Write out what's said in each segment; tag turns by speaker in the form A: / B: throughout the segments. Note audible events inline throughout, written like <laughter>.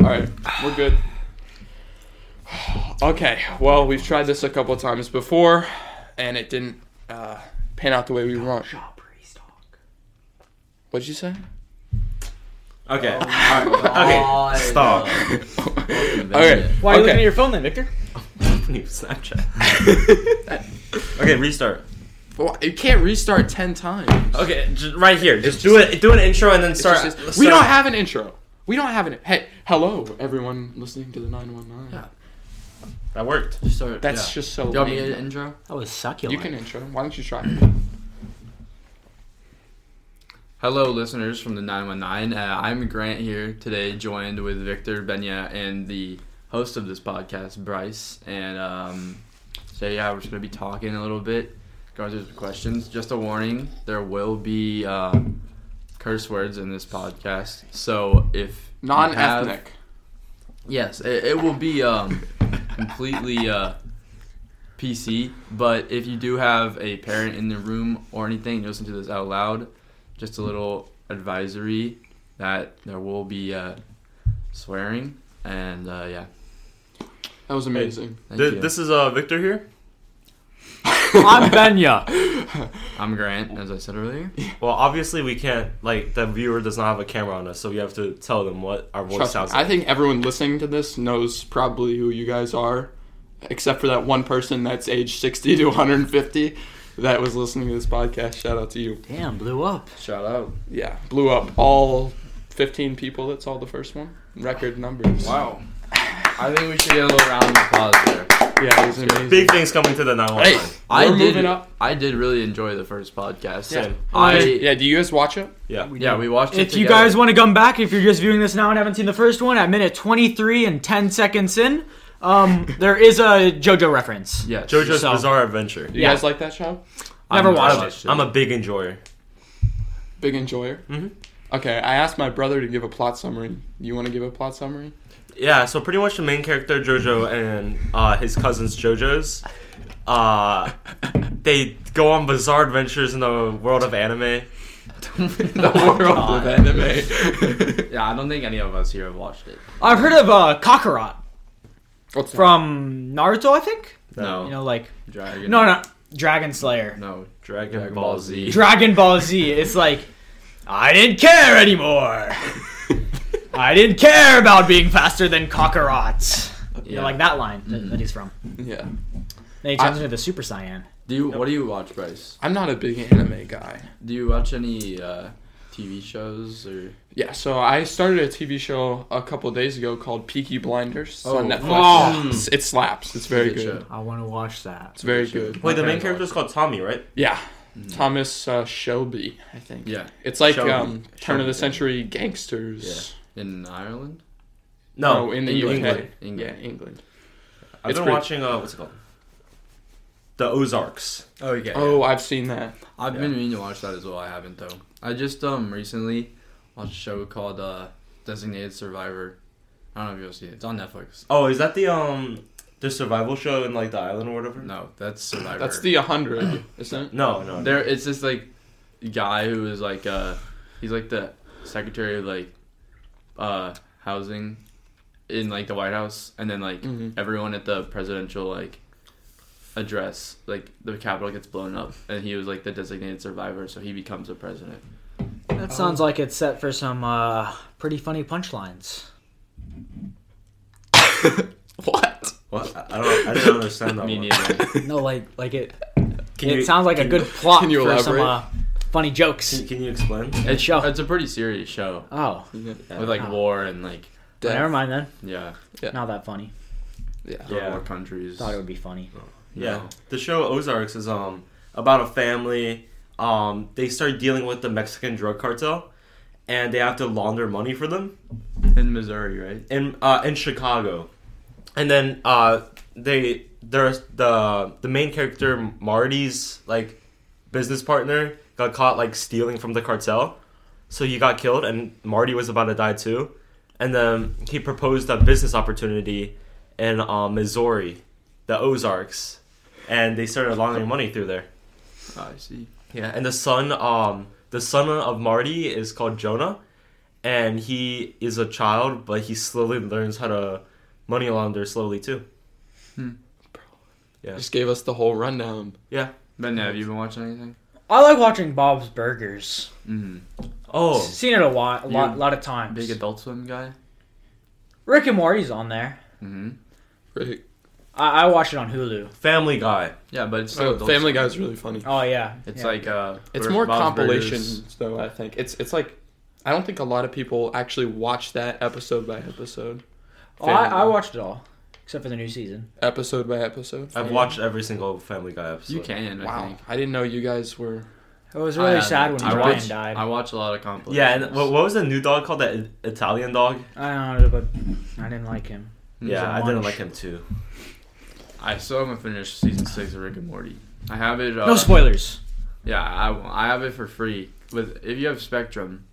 A: All right, we're good. Okay, well, we've tried this a couple times before, and it didn't uh, pan out the way we want. What'd you <laughs> say?
B: Okay.
C: <laughs>
B: <laughs>
C: Oh
B: All right. Okay. Stop. <laughs>
A: Okay.
D: Why are you looking at
A: okay.
D: your phone then, Victor?
B: New
A: <laughs>
B: Snapchat. okay, restart.
A: Well, you can't restart ten times.
B: Okay, just right here. Just do it. Do an intro and then start.
A: It's just-
B: start-
A: we don't have an intro. We don't have an. Hey, hello everyone listening to the nine one nine.
C: Yeah.
B: That worked.
C: Just start.
A: That's
C: yeah.
A: just so.
C: You want me to
A: lame.
C: get an intro?
D: That was succulent.
A: You can intro. Why don't you try?
C: Hello, listeners from the 919. Uh, I'm Grant here today, joined with Victor Benya and the host of this podcast, Bryce. And um, so, yeah, we're just going to be talking a little bit, going through some questions. Just a warning there will be uh, curse words in this podcast. So, if you have-
A: Non-ethnic.
C: Yes, it, it will be um, completely uh, PC. But if you do have a parent in the room or anything, and you listen to this out loud. Just a little advisory that there will be uh, swearing, and uh, yeah,
A: That was amazing.
C: thank
B: Th-
C: you.
B: this is uh Victor here.
A: <laughs>
D: I'm Benya.
C: <laughs> I'm Grant, as I said earlier.
B: Well, obviously we can't. Like the viewer does not have a camera on us, so we have to tell them what our voice
A: Trust me,
B: sounds
A: I
B: like.
A: think everyone listening to this knows probably who you guys are, except for that one person that's age 60 to 150 that was listening to this podcast. Shout out to you.
D: Damn, blew up.
C: Shout out!
A: Yeah, blew up all 15 people that saw the first one. Record numbers.
C: Wow, I think we should get a little round of applause there.
A: Yeah, it was amazing.
B: Big things coming to the nine one
A: hey,
B: nine.
A: we're
C: I
A: moving
C: did.
A: up.
C: I did really enjoy the first podcast.
B: Same.
C: I yeah.
A: yeah, do you guys watch it?
B: Yeah.
C: we watched it.
D: If you
C: together.
D: guys want to come back, if you're just viewing this now and haven't seen the first one, at minute 23 and 10 seconds in,
C: <laughs>
D: um, there is a JoJo reference.
C: yes.
B: JoJo's
D: So-
B: Bizarre Adventure.
A: Do you
D: Yeah.
A: guys like that show?
D: Never
C: I'm-
D: watched
C: I'm-
D: it.
B: I'm a big enjoyer.
A: Big enjoyer.
B: Mhm.
A: Okay, I asked my brother to give a plot summary. You want to give a plot summary?
B: Yeah, so pretty much the main character Jojo and uh, his cousins Jojo's, uh, they go on bizarre adventures in the world of anime.
C: the world of anime. Oh <laughs> yeah, I don't think any of us here have watched it.
D: I've heard of uh, Kakarot
A: What's that?
D: from Naruto, I think.
C: No.
D: You know, like
C: Dragon.
D: no, no, Dragon Slayer,
C: No.
B: Dragon,
C: Dragon
B: Ball
C: Ball
B: Z.
C: Z.
D: Dragon Ball Z. It's like I didn't care anymore.
C: <laughs>
D: I didn't care about being faster than Kakarot. You know, like that line that,
C: Mm-hmm.
D: that he's from.
A: Yeah.
D: Then he turns into the Super Saiyan.
C: Do you, what do you watch, Bryce?
A: I'm not a big anime guy.
C: Do you watch any uh, TV shows or?
A: Yeah, so I started a TV show a couple days ago called Peaky Blinders
C: Oh.
A: on Netflix.
C: Oh.
A: It's- It slaps. It's very
C: Good
A: good.
C: show.
D: I want to watch that.
A: It's very
C: Good show.
A: good.
B: Wait, the
C: Okay.
B: main character's called Tommy, right?
A: Yeah, Thomas uh, Shelby, I think.
C: Yeah.
A: It's like
B: Shelby.
A: um, turn of
C: Shelby.
A: the century gangsters.
C: In Ireland?
B: No,
A: Oh, in the
B: England.
A: UK.
C: England.
A: Yeah, England.
B: I've
A: It's
B: been
A: pretty-
B: watching uh, what's it called? The Ozarks.
C: Oh yeah.
A: Oh, I've seen that.
C: I've
B: yeah.
C: been meaning to watch that as well. I haven't though. I just um recently watched a show called uh, Designated Survivor. I don't know if you'll see it. It's on Netflix.
B: Oh, is that the um the survival show in like the island or whatever?
C: No, that's Survivor.
A: That's the 100, isn't it?
B: no, no.
C: There, it's this like guy who is like uh, he's like the secretary of like uh housing in like the White House, and then like
A: Mhm.
C: everyone at the presidential like address, like the Capitol gets blown up, and he was like the designated survivor, so he becomes a president.
D: That sounds like it's set for some uh, pretty funny punchlines.
A: What?
B: What? I I don't. I didn't understand that.
C: Me
B: one.
C: neither. <laughs>
D: No, like like it.
B: Can
D: it
B: you
D: sounds like a
B: can-
D: good plot
A: can you
D: for some uh,
A: elaborate?
D: funny jokes.
B: Can, can you explain?
C: It's
D: show.
C: It's a pretty serious show
D: Oh,
A: Yeah.
C: with like
D: Oh.
C: war and like
A: Death.
D: never mind then.
C: yeah,
D: Not that funny.
A: Yeah.
B: Yeah.
C: third war countries.
D: Thought it would be funny.
B: Yeah.
C: No.
B: The show Ozarks is um about a family. Um, they start dealing with the Mexican drug cartel, and they have to launder money for them
C: in Missouri, right?
B: in uh, in Chicago, and then uh, they there's the the main character Marty's like business partner got caught like stealing from the cartel, so he got killed, and Marty was about to die too, and then he proposed a business opportunity in uh, Missouri, the Ozarks, and they started laundering money through there.
C: Oh, I see.
B: Yeah, and the son, um, the son of Marty is called Jonah, and he is a child, but he slowly learns how to money launder slowly too. Yeah.
A: Just gave us the whole rundown.
B: Yeah.
C: Ben, have you been watching anything?
D: I like watching Bob's Burgers.
C: Mm.
B: Oh,
D: Seen it a lot, a lot,
C: You
D: lot of times.
C: Big Adult Swim guy.
D: Rick and Morty's on there.
C: Mm-hmm.
A: Right.
C: Oh,
D: I, I watch it on Hulu.
B: Family Guy.
C: Yeah, but it's still
A: Oh,
C: Adult
A: Family
C: Swim.
A: Guy's really funny.
D: Oh yeah,
C: It's
D: Yeah.
C: like uh,
A: It's
C: Bur-
A: more
C: Bob's
A: compilations
C: Burgers.
A: though. I think it's it's like I don't think a lot of people actually watch that episode by episode,
D: oh, I,
A: Family
D: I
A: Guy.
D: watched it all except for the new season.
A: episode by episode.
B: I've watched every single Family Guy episode.
C: You can. I
A: Wow,
C: think.
A: I didn't know you guys were.
D: It was really
C: I, um,
D: sad when
C: I
D: Brian
C: watch,
D: died.
C: I watch a lot of compilations.
B: Yeah, and what, what was the new dog called? That I- Italian dog?
D: I don't know, but I didn't like him.
B: Yeah, I
D: a
B: didn't
D: munch.
B: like him too.
C: I still haven't finished season six of Rick and Morty. I have it. Uh,
D: No spoilers.
C: Yeah, I, I have it for free. With if you have Spectrum,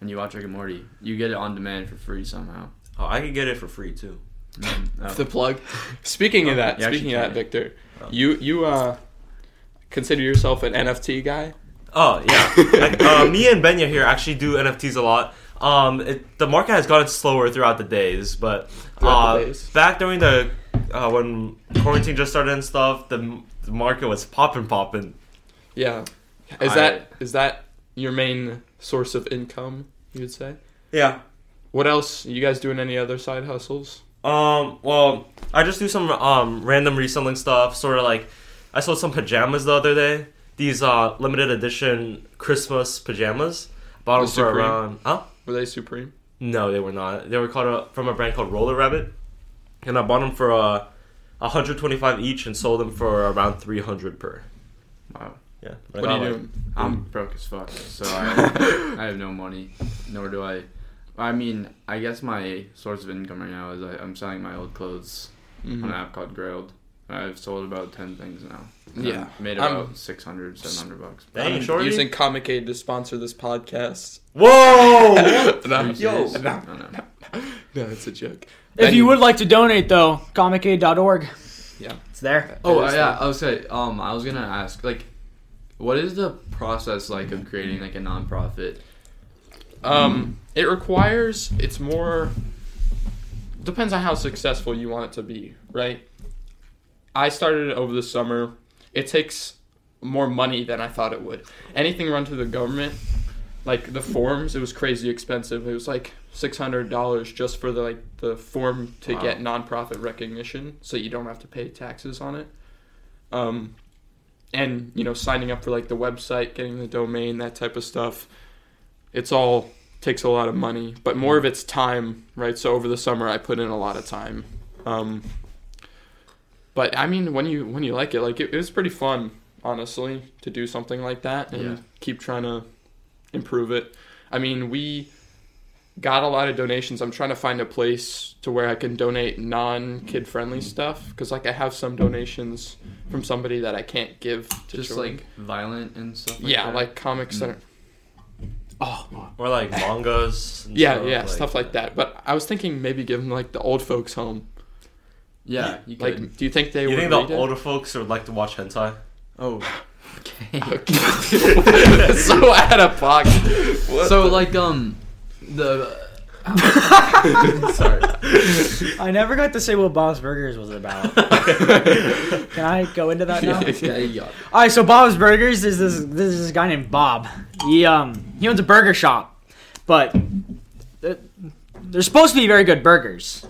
C: and you watch Rick and Morty, you get it on demand for free somehow.
B: Oh, I could get it for free too.
C: Mm,
A: <laughs>
C: oh.
A: The plug. Speaking of that,
C: you actually
A: speaking of that,
C: can.
A: Victor,
B: Oh.
A: you you uh consider yourself an NFT guy?
B: Oh
A: <laughs>
B: yeah, Like, uh, me and Benya here actually do NFTs a lot. Um, it, the market has gotten slower throughout the days, but
A: Throughout
B: uh,
A: the days.
B: back during the uh, when quarantine just started and stuff, the, m- the market was popping, popping.
A: Yeah. Is
C: I-
A: that is that your main source of income? You'd say.
B: Yeah.
A: What else? You guys doing any other side hustles?
B: Um. Well, I just do some um random reselling stuff. Sort of like, I sold some pajamas the other day. These uh limited edition Christmas pajamas. Bought
A: The
B: 'em for
A: Supreme?
B: around. Huh?
A: Were they supreme?
B: No, they were not. They were called a, from a brand called Roller Rabbit, and I bought them for uh, 125 each and sold them for around 300 per.
C: wow.
B: Yeah.
A: What are you doing?
C: I'm broke as fuck, so
B: <laughs>
C: I, I have no money, nor do I. I mean, I guess my source of income right now is I, I'm selling my old clothes
A: Mm-hmm.
C: on an app called Grailed. I've sold about 10 things now. And
A: Yeah.
C: I've made
A: I'm-
C: about six hundred, seven hundred 600, 700 bucks.
B: Dang,
A: I'm
B: shorty.
A: using Comic Aid to sponsor this podcast.
B: Whoa! <laughs>
A: no,
C: Yo!
A: no, no, it's a joke.
D: If you would like to donate, though, comicaid.org.
A: Yeah.
D: It's there.
C: Oh,
A: It
C: uh,
A: is
C: yeah. I was say, um, I was gonna ask, like, what is the process like of creating like a nonprofit?
A: Um, it requires. It's more. Depends on how successful you want it to be, right? I started it over the summer. It takes more money than I thought it would. Anything run to the government, like the forms, it was crazy expensive. It was like six hundred dollars just for the like the form to
C: Wow.
A: get nonprofit recognition, so you don't have to pay taxes on it. Um, and you know, signing up for like the website, getting the domain, that type of stuff. It's all takes a lot of money, but more of it's time, right? So over the summer, I put in a lot of time. Um, but I mean, when you when you like it, like it, it was pretty fun, honestly, to do something like that and
C: Yeah.
A: keep trying to improve it. I mean, we got a lot of donations. I'm trying to find a place to where I can donate non kid friendly stuff because like I have some donations from somebody that I can't give to
C: Just
A: children.
C: like violent and stuff. Like
A: yeah,
C: that? Mm.
A: like comic center. Oh,
B: Or like mangas. and
A: yeah,
B: stuff
A: yeah, stuff like that. But I was thinking maybe give them like the old folks home.
C: yeah. You could.
A: Like, do you think they
B: You
A: would
B: think the
A: read it?
C: <laughs>
B: older folks would like to watch hentai?
C: oh,
A: <laughs>
C: okay.
A: <laughs> so out of pocket. What
C: so
A: the-
C: like um, the
A: <laughs>
B: Sorry.
D: I never got to say what Bob's Burgers was about. Can I go into that now?
C: yeah, yeah.
D: All right, so Bob's Burgers is this this is this guy named Bob. He um he owns a burger shop, but they're, they're supposed to be very good burgers,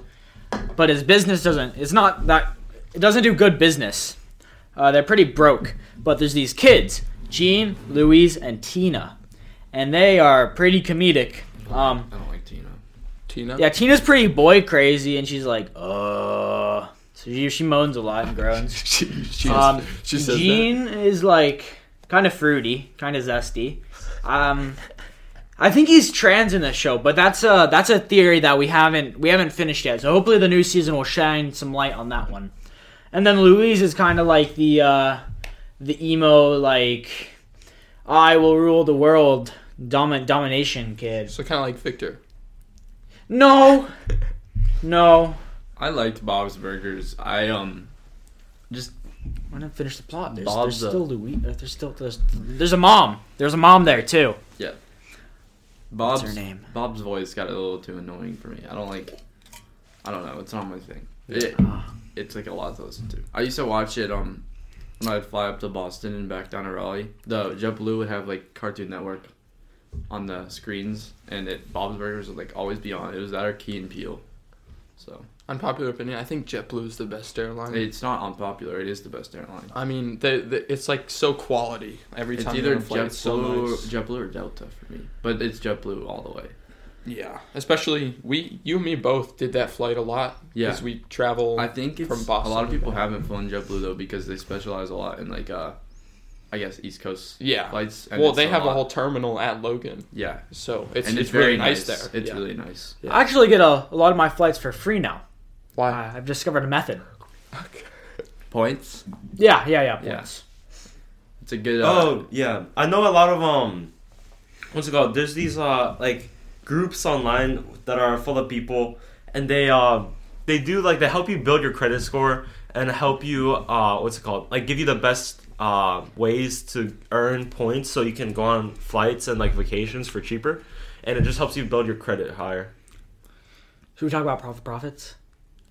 D: but his business doesn't. It's not that it doesn't do good business. Uh, they're pretty broke, but there's these kids, Gene, Louise, and Tina, and they are pretty comedic. Um,
C: I don't like Tina.
A: Tina.
D: yeah, Tina's pretty boy crazy, and she's like, uh. So she, she moans a lot and groans.
A: she, she,
D: Um,
A: she says that.
D: Jean is like kind of fruity, kind of zesty. Um, I think he's trans in this show, but that's a that's a theory that we haven't we haven't finished yet. So hopefully the new season will shine some light on that one. And then Louise is kind of like the uh, the emo like I will rule the world domin- domination kid.
A: So kind of like Victor.
D: No, no.
C: I liked Bob's Burgers. I um, just
D: I didn't finish the plot. There's,
C: Bob's
D: there's
C: a-
D: still Louis. uh, There's still there's, there's a mom. There's a mom there too.
C: Yeah. Bob's
D: her name?
C: Bob's voice got a little too annoying for me. I don't like. I don't know. It's not my thing. It, it's like a lot to listen to. I used to watch it um when I'd fly up to Boston and back down to Raleigh. The JetBlue would have like Cartoon Network on the screens, and it Bob's Burgers would like always be on. It was that or Key and Peele. So
A: Unpopular opinion. I think JetBlue is the best airline.
C: it's not unpopular. It is the best airline.
A: I mean, the, the, it's like so quality every
C: It's
A: time.
C: either
A: you're on a flight,
C: JetBlue,
A: it's so nice.
C: JetBlue or Delta for me, but it's JetBlue all the way.
A: Yeah, especially we, you and me both did that flight a lot.
C: Yeah.
A: because we travel.
C: I think it's
A: from Boston
C: a lot of
A: to
C: people
A: Boston.
C: haven't flown JetBlue though because they specialize a lot in like uh, I guess East Coast
A: yeah.
C: flights. and
A: well,
C: it's
A: they have
C: lot-
A: a whole terminal at Logan,
C: yeah,
A: so it's,
C: and
A: it's,
C: it's, very
A: really nice there.
C: It's
A: Yeah.
C: really nice. Yeah.
D: I actually get a, a lot of my flights for free now.
A: why
D: I, I've discovered a method.
C: Points.
D: Yeah, yeah, yeah.
C: Yeah.
D: Points.
C: It's a good. Uh,
B: Oh yeah, I know a lot of um, what's it called? There's these uh like groups online that are full of people, and they uh they do like they help you build your credit score and help you uh what's it called? Like give you the best uh ways to earn points so you can go on flights and like vacations for cheaper, and it just helps you build your credit higher.
D: Should we talk about profit profits?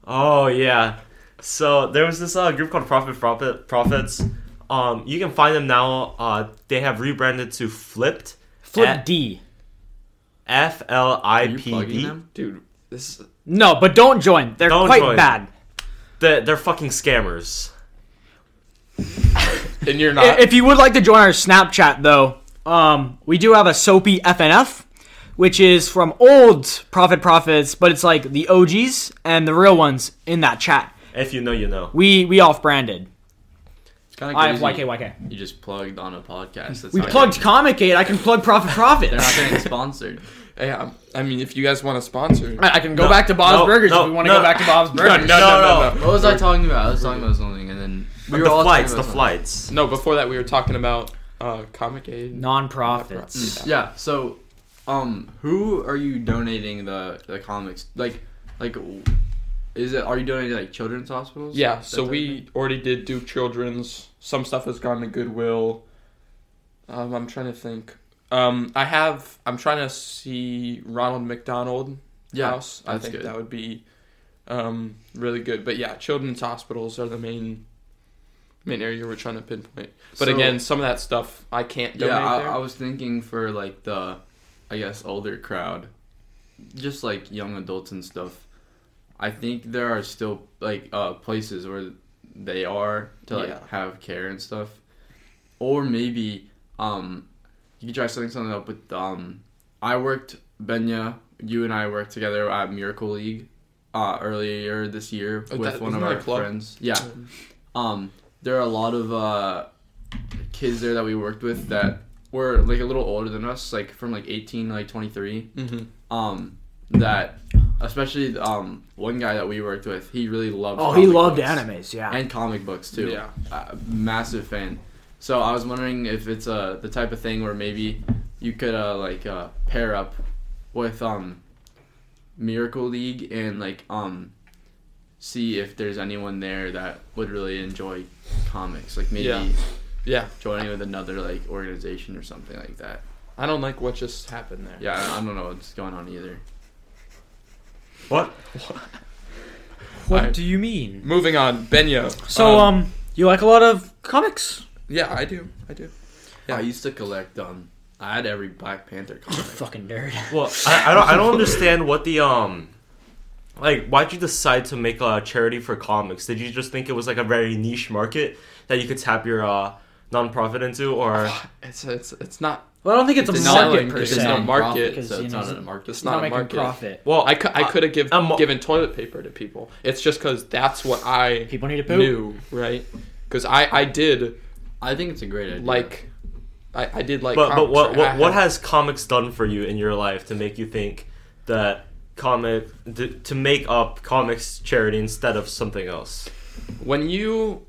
B: Oh yeah. So there was this uh, group called Profit Profit Profits. Um, you can find them now. Uh, they have rebranded to Flipped.
D: Flip
B: At-
D: D.
B: F L
C: are
B: I
C: you
B: P E.
C: plugging
B: D.
C: them?
A: dude? This
D: No, but don't join. They're
B: Don't
D: quite
B: join.
D: bad.
B: They're, they're fucking scammers.
A: and
C: Uh,
A: you're
D: I-
A: not.
D: If you would like to join our Snapchat, though, um, we do have a Soapy FNF, which is from old Profit Profits, but it's like the OGs and the real ones in that chat.
B: If you know, you know.
D: We we off branded.
C: It's kind
D: I
C: of
D: have YKYK.
C: You just plugged on a podcast. That's
D: We
C: not
D: plugged
C: getting-
D: Comic Aid. I can plug Profit
C: They're not
D: Profits.
C: getting sponsored.
A: yeah, I'm- I mean, if you guys want to sponsor,
D: I can go
B: No,
D: back to Bob's
B: no,
D: Burgers
B: no,
D: if we want
B: <laughs>
D: to
B: no.
D: go back to Bob's Burgers.
A: no, no, no.
C: What was I talking about? I was talking about something, and then we
B: the
C: all talking
B: flights,
C: about
B: the
C: something.
B: flights.
A: no. Before that, we were talking about uh, Comic Aid.
D: Non-profits.
C: Yeah. So, um, who are you donating the the comics? Like, like, is it are you donating like children's hospitals?
A: Yeah,
C: That
A: so
C: type of
A: we already did Duke Children's. Some stuff has gone to Goodwill. Um, I'm trying to think. Um, I have. I'm trying to see Ronald McDonald
C: Yeah,
A: House. I
C: that's
A: think
C: good.
A: that would be um, really good. But yeah, children's hospitals are the main main area we're trying to pinpoint. But
C: So-
A: again, some of that stuff I can't donate.
C: yeah, I,
A: there.
C: I was thinking for like the, I guess older crowd, just like young adults and stuff. I think there are still like uh, places where they are to like
A: Yeah.
C: have care and stuff, or maybe um, you could try setting something up with um. I worked Benya, you and I worked together at Miracle League uh, earlier this year
A: Oh,
C: with
A: that-
C: one
A: isn't
C: of
A: that a
C: our
A: club?
C: friends. Yeah, um, there are a lot of uh, kids there that we worked with that were like a little older than us, like from like 18 to like 23.
A: Mhm.
C: Um, that especially um, one guy that we worked with, he really loved.
D: Oh, he
C: comic
D: loved
C: books.
D: animes. Yeah.
C: and comic books too.
A: Yeah.
C: uh, massive fan. So I was wondering if it's uh, the type of thing where maybe you could uh, like uh, pair up with um, Miracle League and like um, see if there's anyone there that would really enjoy comics. Like maybe
A: Yeah. Yeah,
C: joining with another like organization or something like that.
A: I don't like what just happened there.
C: Yeah, I, I don't know what's going on either.
B: What?
A: What I-
D: do you mean?
A: Moving on, Benya.
D: So um, you like a lot of comics?
A: yeah, I do, I do. Yeah.
C: I used to collect um, I had every Black Panther comic.
D: Fucking nerd.
B: Well, I, I don't. I don't understand what the um, like why'd you decide to make a charity for comics? Did you just think it was like a very niche market that you could tap your uh nonprofit into, <sighs> or
A: It's it's it's not
D: Well, I don't think it's,
A: It's
D: a market
A: selling,
D: per
A: it's
D: se.
A: not market,
D: because,
C: so
D: you
C: it's
D: know,
C: not
D: it's-
C: a market.
A: it's
D: It's not
A: not a
D: making
A: market.
D: profit.
B: well,
A: I, cou- I could have give,
B: a Uh, mo-
A: given toilet paper to people. It's just because that's what I
D: People need to poop.
A: knew, right? Because I, I did
C: I think it's a great idea.
A: like, I, I did like.
B: But but
A: comics,
B: what
A: right?
B: what,
A: I
B: what
A: had-
B: has comics done for you in your life to make you think that comic to, to make up comics charity instead of something else?
A: when you?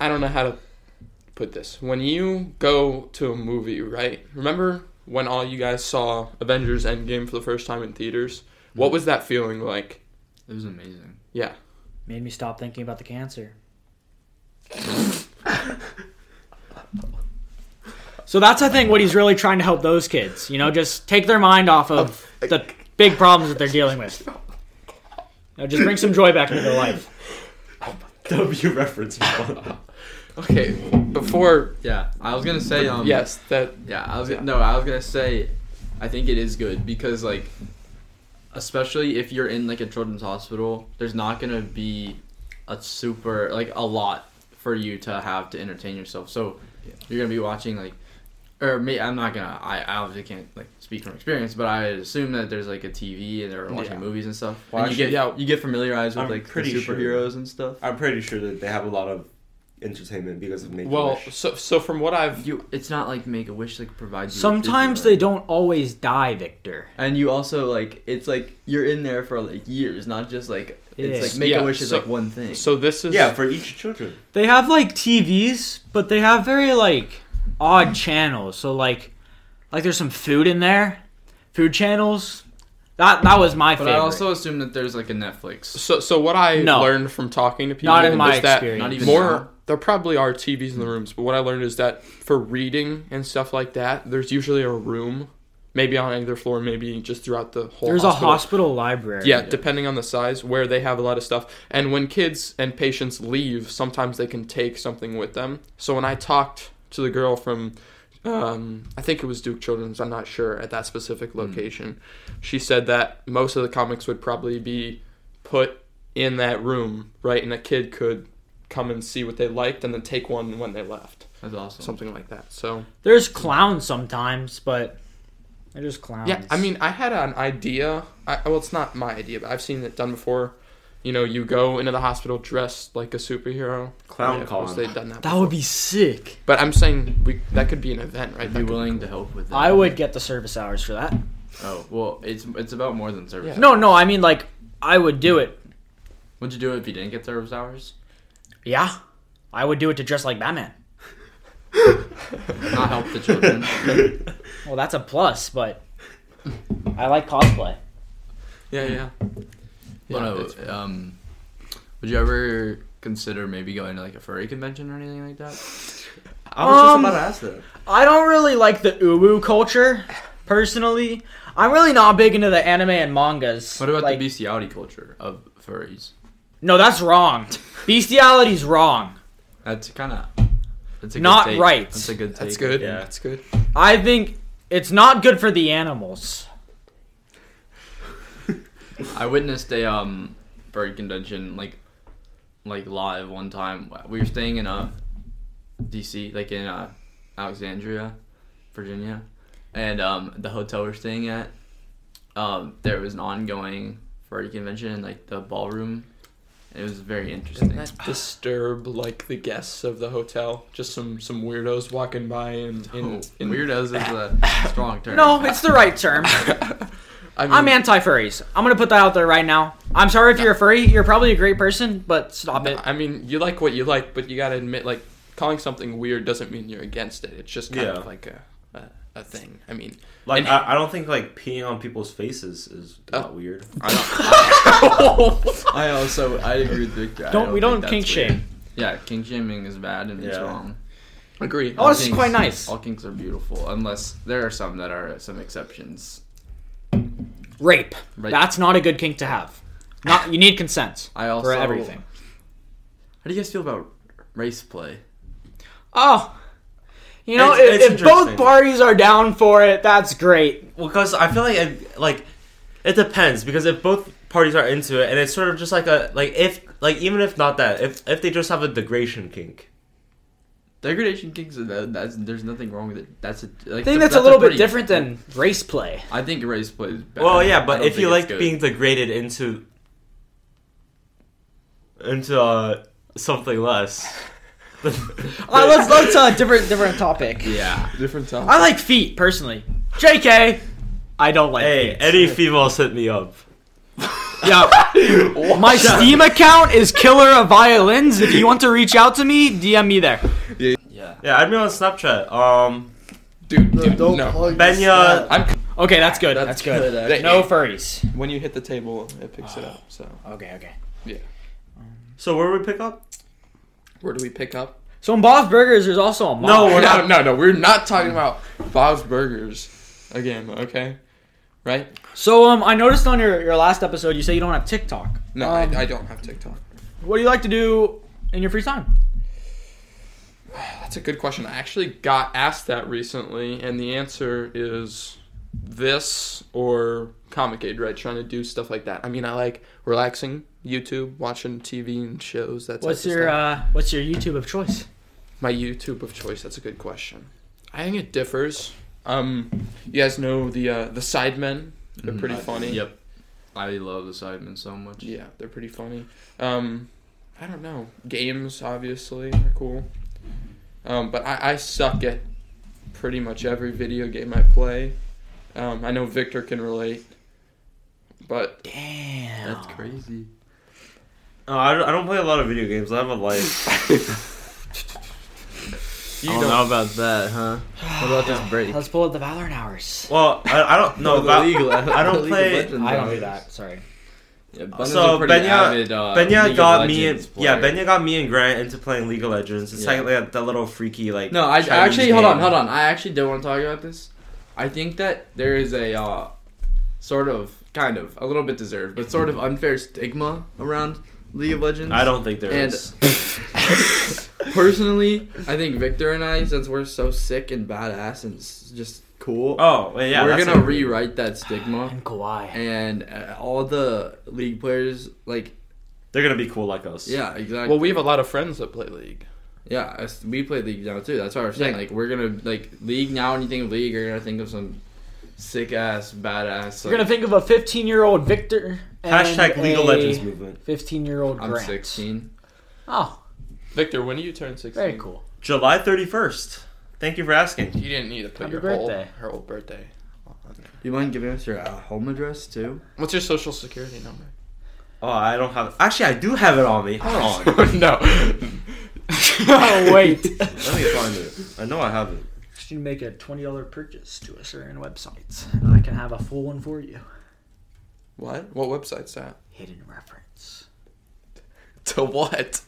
A: I don't know how to put this. When you go to a movie, right? Remember when all you guys saw Avengers Endgame for the first time in theaters? What was that feeling like?
C: it was amazing.
A: Yeah,
D: Made me stop thinking about the cancer. So that's I think what he's really trying to help those kids. You know, just take their mind off of the big problems that they're dealing with. You know, just bring some joy back into
B: <laughs>
D: their life.
B: W reference. All
A: Okay, before
C: Yeah, I was gonna say um.
A: yes, that
C: Yeah, I was gonna, no, I was gonna say, I think it is good because like, especially if you're in like a children's hospital, there's not gonna be a super like a lot for you to have to entertain yourself. So you're gonna be watching like, or me, I'm not gonna. I, I obviously can't like speak from experience, but I assume that there's like a TV and they're watching
A: Yeah.
C: movies and stuff.
B: Well,
C: and you
B: actually,
C: get
A: yeah.
C: you get familiarized with
B: I'm
C: like the
B: pretty sure.
C: superheroes and stuff.
B: <laughs> I'm pretty sure that they have a lot of entertainment because of Make
A: well,
B: Wish.
A: so so from what I've
C: You, it's not like Make a Wish like provides you. with
D: Sometimes
C: food or-
D: they don't always die, Victor.
C: And you also like it's like you're in there for like years, not just like
D: Yeah.
C: it's like make
A: Yeah,
C: a wish is
A: so-
C: like one thing.
A: so this is
B: Yeah, for each children.
D: They have like TVs, but they have very like odd channels. So like, like there's some food in there, food channels. That that was my
C: but
D: favorite.
C: I also assume that there's like a Netflix.
A: so so what I
D: No.
A: learned from talking to people
D: Not in my
A: is that
D: experience.
C: Not even
A: more
C: now?
A: there probably are TVs in the rooms, but what I learned is that for reading and stuff like that, there's usually a room, maybe on either floor, maybe just throughout the whole.
D: there's
A: hospital.
D: a hospital library.
A: Yeah, depending on the size, where they have a lot of stuff. And when kids and patients leave, sometimes they can take something with them. So when I talked to the girl from, um, I think it was Duke Children's, I'm not sure, at that specific location, she said that most of the comics would probably be put in that room, right? And a kid could come and see what they liked and then take one when they left,
C: That's awesome.
A: something like that. So.
D: There's clowns sometimes, but they're just clowns.
A: Yeah, I mean, I had an idea. I, well, it's not my idea, but I've seen it done before. You know, you go into the hospital dressed like a superhero.
B: Clown
A: Yeah, of course
B: con.
A: They've done that.
D: that
A: before.
D: would be sick.
A: But I'm saying we that could be an event, right?
C: I'd
A: That
C: be
A: could-
C: willing to help with that.
D: I would get the service hours for that.
C: Oh well, it's it's about more than service.
A: Yeah.
C: hours.
D: No, no, I mean like I would do it.
C: Would you do it if you didn't get service hours?
D: Yeah, I would do it to dress like Batman.
C: Not help the
A: <laughs>
B: <laughs>
C: children. <laughs>
D: Well, that's a plus, but I like cosplay.
A: Yeah, yeah.
C: But,
A: Yeah,
C: uh,
A: it's-
C: um, would you ever consider maybe going to like a furry convention or anything like that?
B: I was just
D: Um,
B: about to ask that.
D: I don't really like the uwu culture, personally. I'm really not big into the anime and mangas.
C: What about
D: like,
C: the bestiality culture of furries?
D: No, that's wrong. Bestiality's wrong.
C: That's kind of. That's a
D: Not
C: good take.
D: right.
C: That's a good. Take.
A: that's good.
B: yeah.
A: that's good.
D: I think it's not good for the animals.
C: I witnessed a um bird convention like like live one time. We were staying in uh DC, like in uh Alexandria, Virginia, and um the hotel we're staying at, um there was an ongoing furry convention in like the ballroom. It was very interesting.
A: Doesn't that disturb like the guests of the hotel? Just some some weirdos walking by and,
C: Oh,
A: and, and
C: weirdos is
D: <laughs>
C: a strong term.
D: No, it's the right term.
A: I mean,
D: I'm anti furries. I'm gonna put that out there right now. I'm sorry if you're a furry. You're probably a great person, but stop it.
A: I mean, you like what you like, but you gotta admit, like calling something weird doesn't mean you're against it. It's just kind
B: Yeah.
A: of like a, a a thing. I mean,
B: Like,
A: and-
B: I, I don't think like peeing on people's faces is not weird.
C: I, don't, I also I agree with Victor. I
D: Don't we
C: think
D: don't
C: that's
D: kink
C: weird.
D: shame?
C: Yeah, kink shaming is bad and it's
B: Yeah.
C: wrong.
A: agree.
D: Oh, this is quite nice.
C: All kinks are beautiful, unless there are some that are some exceptions.
D: Rape.
C: Right.
D: That's not a good kink to have. Not you need consent
C: <laughs> I also
D: for everything.
C: How do you guys feel about race play?
D: Oh, you know,
B: It's-
D: if,
B: it's
D: if both
B: interesting.
D: parties are down for it, that's great.
B: Well, because I feel like it, like it depends because if both parties are into it, and it's sort of just like a like if like even if not that if if they just have a degradation kink.
C: Degradation kinks. that- That's, there's nothing wrong with it. That's a, like,
D: I think that's, a little bit
C: pretty-
D: different than race play.
C: I think race play is better.
B: Well,
C: I
B: yeah, but
C: don't
B: if you
C: think
B: like
C: it's good.
B: being degraded into into uh, something less, <laughs> then-
D: All right, let's let's uh, different different topic.
C: yeah,
A: Different time.
D: I like feet personally. Jk, I don't
B: <laughs>
D: like
B: hey,
D: feet.
B: any females hit me up.
D: Yeah. My Steam account is Killer of Violins. If you want to reach out to me, DM me there.
C: yeah.
B: Yeah, add me on Snapchat. Um,
A: dude, dude, no.
C: uh,
B: Benya.
A: I'm
D: Okay, that's good. That's,
C: That's
D: good.
C: good, actually.
D: no furries.
A: when you hit the table, it picks it up. So
D: Okay, okay.
A: yeah,
B: So where would we pick up?
A: where do we pick up?
D: So in Bob's Burgers, there's also a mob.
B: No,
A: No,
B: we're not-
A: no, no. We're not talking about Bob's Burgers again. Okay, right?
D: So um, I noticed on your, your last episode, you say you don't have TikTok.
A: No,
D: Um,
A: I, I don't have TikTok.
D: What do you like to do in your free time?
A: That's a good question. I actually got asked that recently, and the answer is this or Comic Aid, right? Trying to do stuff like that. I mean, I like relaxing, YouTube, watching TV and shows. That's
D: What's your uh, What's your YouTube of choice?
A: my YouTube of choice? That's a good question. I think it differs. Um, you guys know the uh, the Sidemen. They're
C: Mhm.
A: pretty
C: I-
A: funny.
C: Yep. I love the Sidemen so much.
A: Yeah, they're pretty funny. Um, I don't know. Games, obviously, are cool. Um, but I, I suck at pretty much every video game I play. Um, I know Victor can relate. But
D: Damn.
C: That's crazy.
B: No, Oh, I don't, I don't play a lot of video games. I have a life.
A: you
C: I
A: don't,
C: don't know about that, huh? What about this break?
D: Let's pull up the Valorant hours.
B: Well, I, I don't know
C: Or the
B: about.
C: <laughs> League of-
B: I don't
C: the League of
B: play-
C: Legends
D: I don't do
C: hours.
D: that. Sorry.
C: Yeah, Bunny's
B: So,
C: a pretty
B: Benya-
C: avid, uh, League
B: Benya
C: of
B: got me.
C: Legends
B: And, yeah,
C: player.
B: Benya got me and Grant into playing League of Legends. It's
C: Yeah.
B: like that, that little freaky like.
C: No, I
B: Chinese
C: actually hold on,
B: game.
C: hold on. I actually did want to talk about this. I think that there is a uh, sort of, kind of, a little bit deserved, but sort of unfair stigma around League of Legends.
B: I don't think there
C: And-
B: is.
C: Personally, I think Victor and I, since we're so sick and badass and s- just cool,
B: Oh, well, yeah.
C: we're
B: that's
C: gonna
B: it.
C: rewrite that stigma.
D: And Kawhi.
C: And uh, all the league players, like,
B: They're gonna be cool like us.
C: yeah, exactly.
A: well, we have a lot of friends that play League.
C: Yeah, us- we play League now too. That's what I was saying. Like we're gonna like League now. When you think of League, you're gonna think of some sick ass, badass.
D: You're gonna
C: like,
D: think of a 15 year old Victor. and
B: Hashtag League
D: a
B: of Legends movement.
D: 15 year old
C: I'm
D: Grant.
C: 16.
D: Oh,
A: Victor, when do you turn 16?
D: very cool. <laughs>
B: July thirty first. Thank you for asking.
A: You didn't need to put
D: Happy
A: your whole,
D: birthday.
A: her whole birthday. on there.
C: You mind giving us your uh, home address <laughs> too?
A: What's your social security number?
B: Oh, I don't have. Actually, I do have it on me. Hold on.
A: <laughs>
B: Let
A: no.
D: Oh wait. <laughs>
B: me find it. I know I have it.
D: Just need to make a twenty dollar purchase to a certain website, and I can have a full one for you.
A: What? What website's that?
D: Hidden reference.
A: To what?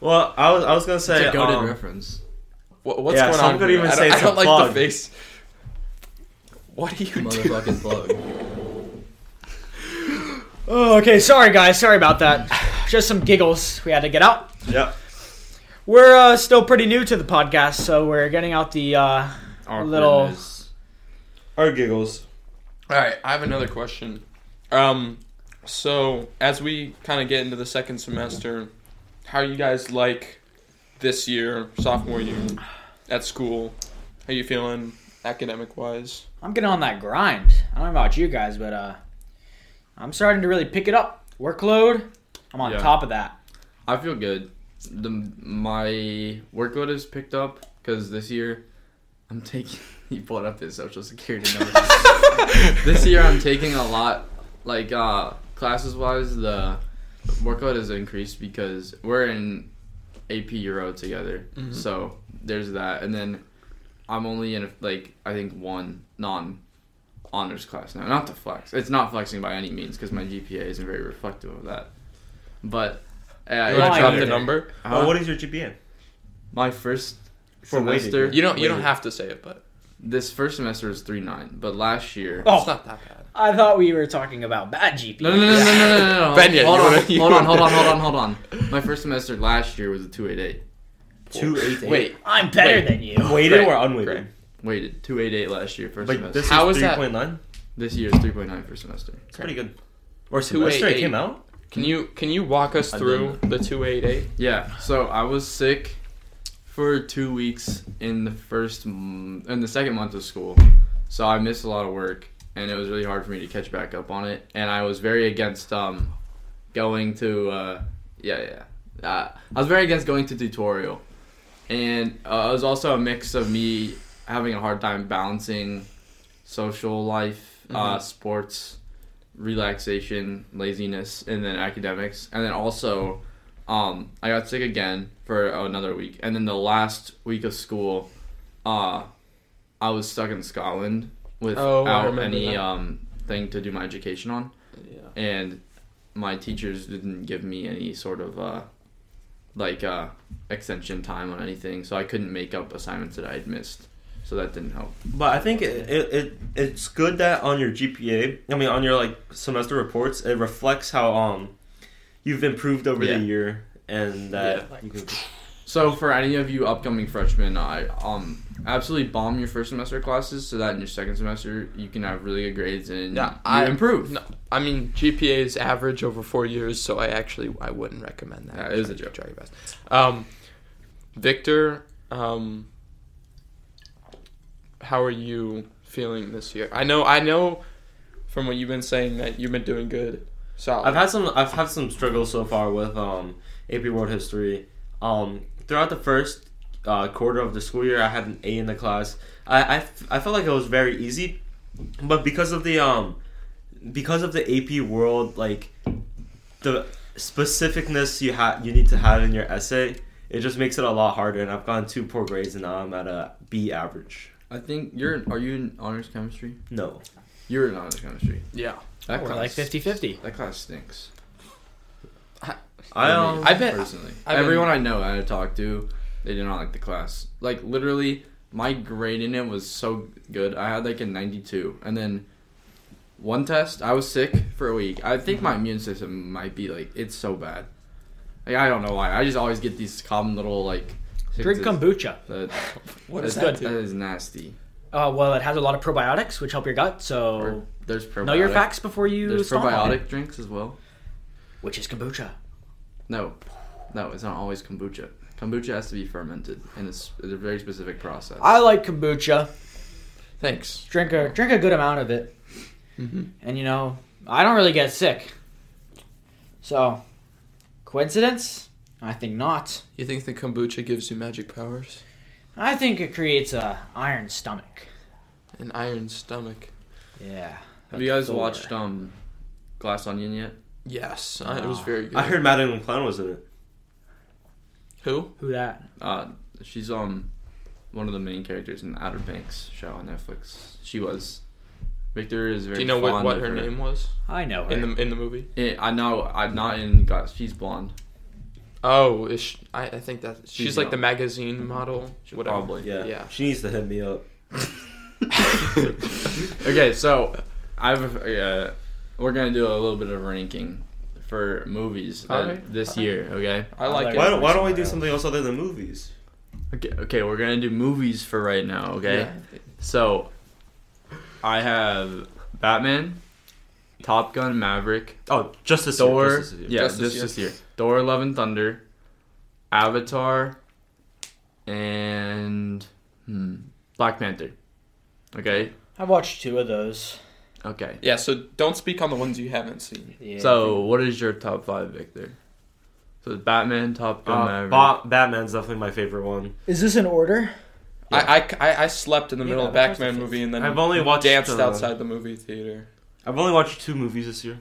B: Well, I was I was gonna say.
C: It's a goaded
B: um,
C: reference.
A: What, what's
B: Yeah,
A: going
B: some
A: on?
B: could
A: here?
B: even
A: I don't,
B: say
A: I
B: it's a
A: don't like
B: plug.
A: the face. What are you doing?
C: Motherfucking plug.
D: Oh, okay. Sorry, guys. Sorry about that. <sighs> Just some giggles we had to get out.
B: yeah.
D: We're uh, still pretty new to the podcast, so we're getting out the. Uh,
C: <laughs>
D: little-
C: Awkwardness.
B: Our giggles.
A: All right, I have another question. Um, so as we kind of get into the second semester, how you guys like this year, sophomore year at school? How you feeling academic wise?
D: I'm getting on that grind. I don't know about you guys, but uh, I'm starting to really pick it up. Workload. I'm on
C: Yeah.
D: top of that.
C: I feel good. The my workload is picked up because this year I'm taking. <laughs> He brought up his social security number. this year I'm taking a lot, like uh, classes wise. The workload has increased because we're in AP Euro together,
A: Mhm.
C: so there's that. And then I'm only in like I think one non honors class now. Not to flex. It's not flexing by any means because my GPA isn't very reflective of that. But uh,
A: You
C: it's
A: want to drop
C: better.
A: the number?
C: Huh?
B: Oh, what is your GPA?
C: my first
B: For weighted,
C: semester.
A: You don't. You don't
B: Wait.
A: have to say it, but
C: This first semester is three nine, but last year.
D: Oh.
A: it's not that bad.
D: I thought we were talking about bad GP.
C: No, no, no, no, no, no, no,
A: <laughs>
C: no, no.
A: Benya,
C: hold,
A: you
C: on,
A: wanna- you
C: hold on, hold
A: wanna-
C: on, hold on, hold on.
A: <laughs>
C: My first semester last year was a two eight eight.
B: Two eight eight.
A: Wait,
D: I'm better
A: Wait.
D: than you.
B: weighted
A: Great.
B: or unweighted?
A: Great.
C: Waited two eight eight last year first
B: Like
C: semester.
B: this
A: How
B: is
A: is that-
B: three point nine.
C: This year is three point nine first semester.
B: It's pretty good.
A: Two
B: Or
A: eight
B: semester it
A: eight.
B: came out.
A: can you can you walk us
C: I
A: through the two eight eight?
C: Yeah. So I was sick for two weeks in the first m- in the second month of school, so I missed a lot of work, and it was really hard for me to catch back up on it. And I was very against um going to uh, yeah yeah. Uh, I was very against going to tutorial, and uh, it was also a mix of me having a hard time balancing social life,
A: Mm-hmm.
C: uh, sports, relaxation, laziness, and then academics, and then also um, I got sick again for another week, and then the last week of school, uh, I was stuck in Scotland
A: Oh, I
C: without
A: remember
C: any
A: that.
C: um thing to do my education on,
A: Yeah.
C: and my teachers didn't give me any sort of uh, like uh, extension time on anything, so I couldn't make up assignments that I had missed. So that didn't help.
B: But I think it, it, it it's good that on your GPA, I mean on your like semester reports, it reflects how um you've improved over
C: Yeah.
B: the year and that you can,
C: So for any of you upcoming freshmen, I um absolutely bomb your first semester classes so that in your second semester you can have really good grades and
A: Yeah,
C: you
A: I-
C: improve.
A: No, I mean GPA is average over four years, so I actually I wouldn't recommend that.
C: That is a
A: Try-
C: joke.
A: Try your best. Um, Victor, um, how are you feeling this year? I know, I know, from what you've been saying that you've been doing good. So
B: I've had some I've had some struggles so far with um AP World History. Um throughout the first uh, quarter of the school year, I had an A in the class. I, I f- I felt like it was very easy, but because of the um because of the AP World like the specificness you have you need to have in your essay, it just makes it a lot harder. And I've gotten two poor grades, and now I'm at a B average.
C: I think you're are you in honors chemistry?
B: No,
C: You're in honors chemistry.
A: yeah.
C: That
D: We're like 50-50.
C: That class stinks.
B: I
C: For
B: um
C: me,
A: I bet-
C: personally
A: I've been-
C: everyone I know I talked to, they did not like the class. Like literally, my grade in it was so good. I had like a ninety-two, and then one test I was sick for a week. I think my immune system might be like it's so bad. Like I don't know why. I just always get these common little like.
D: Drink
C: sicknesses
D: kombucha.
C: That,
A: What
C: that,
A: does that do?
C: That is nasty.
D: Uh, well, it has a lot of probiotics, which help your gut. So
C: Or There's probiotic.
D: know your facts before you.
C: There's
D: stomp on it,
C: probiotic drinks as well.
D: which is kombucha.
C: No, no, it's not always kombucha. Kombucha has to be fermented in a, s- in a very specific process.
D: I like kombucha.
A: Thanks.
D: Drink a drink a good amount of it,
C: Mm-hmm.
A: Mhm.
D: and you know I don't really get sick. So, coincidence? I think not.
A: You think the kombucha gives you magic powers?
D: I think it creates a iron stomach.
A: An iron stomach.
D: Yeah.
C: Have you guys
D: Thor.
C: watched um, Glass Onion yet?
A: Yes, I, it was
D: Ah.
A: very good.
B: I heard Madeline Clown was in it.
A: who?
D: Who that?
C: Uh, she's um one of the main characters in the Outer Banks show on Netflix. She was. Victor is very.
A: Do you know what,
C: fond
A: what
C: of
A: her name was
D: I know her.
A: in the in the movie?
C: Eh, I know. I'm not in Glass. She's blonde.
A: Oh, is she, I, I think that she's,
C: She's
A: like
C: young. Mm-hmm.
A: the magazine model. Whatever.
C: Probably.
B: Yeah.
A: Yeah.
B: she needs to hit me up.
C: <laughs> okay, so I've uh, we're gonna do a little bit of ranking for movies uh,
A: Alright,
C: this year. Okay.
A: I like
D: like
A: it.
B: Why don't, why don't we
D: somewhere
B: do
D: else.
B: something else other than movies?
C: Okay. Okay. We're gonna do movies for right now. Okay.
A: Yeah.
C: So I have Batman, Top Gun, Maverick,
B: Oh, just this
C: Thor.
B: Year, just this year.
C: Yeah,
A: Just
C: just
A: this
C: this, year. Thor, Love and Thunder, Avatar, and hmm, Black Panther. Okay.
D: I've watched two of those.
C: Okay.
A: Yeah, so don't speak on the ones you haven't seen.
D: Yeah.
C: So what is your top five, Victor? So it's Batman, Top Gun,
B: Uh,
C: Maverick.
B: Ba- Batman's definitely my favorite one.
D: is this in order?
A: I, I, I, I slept in the
D: Yeah,
A: middle of
D: that was
A: Batman
D: the-
A: movie and then
B: I've only watched
A: danced
B: uh,
A: outside the movie theater.
B: I've only watched two movies this year.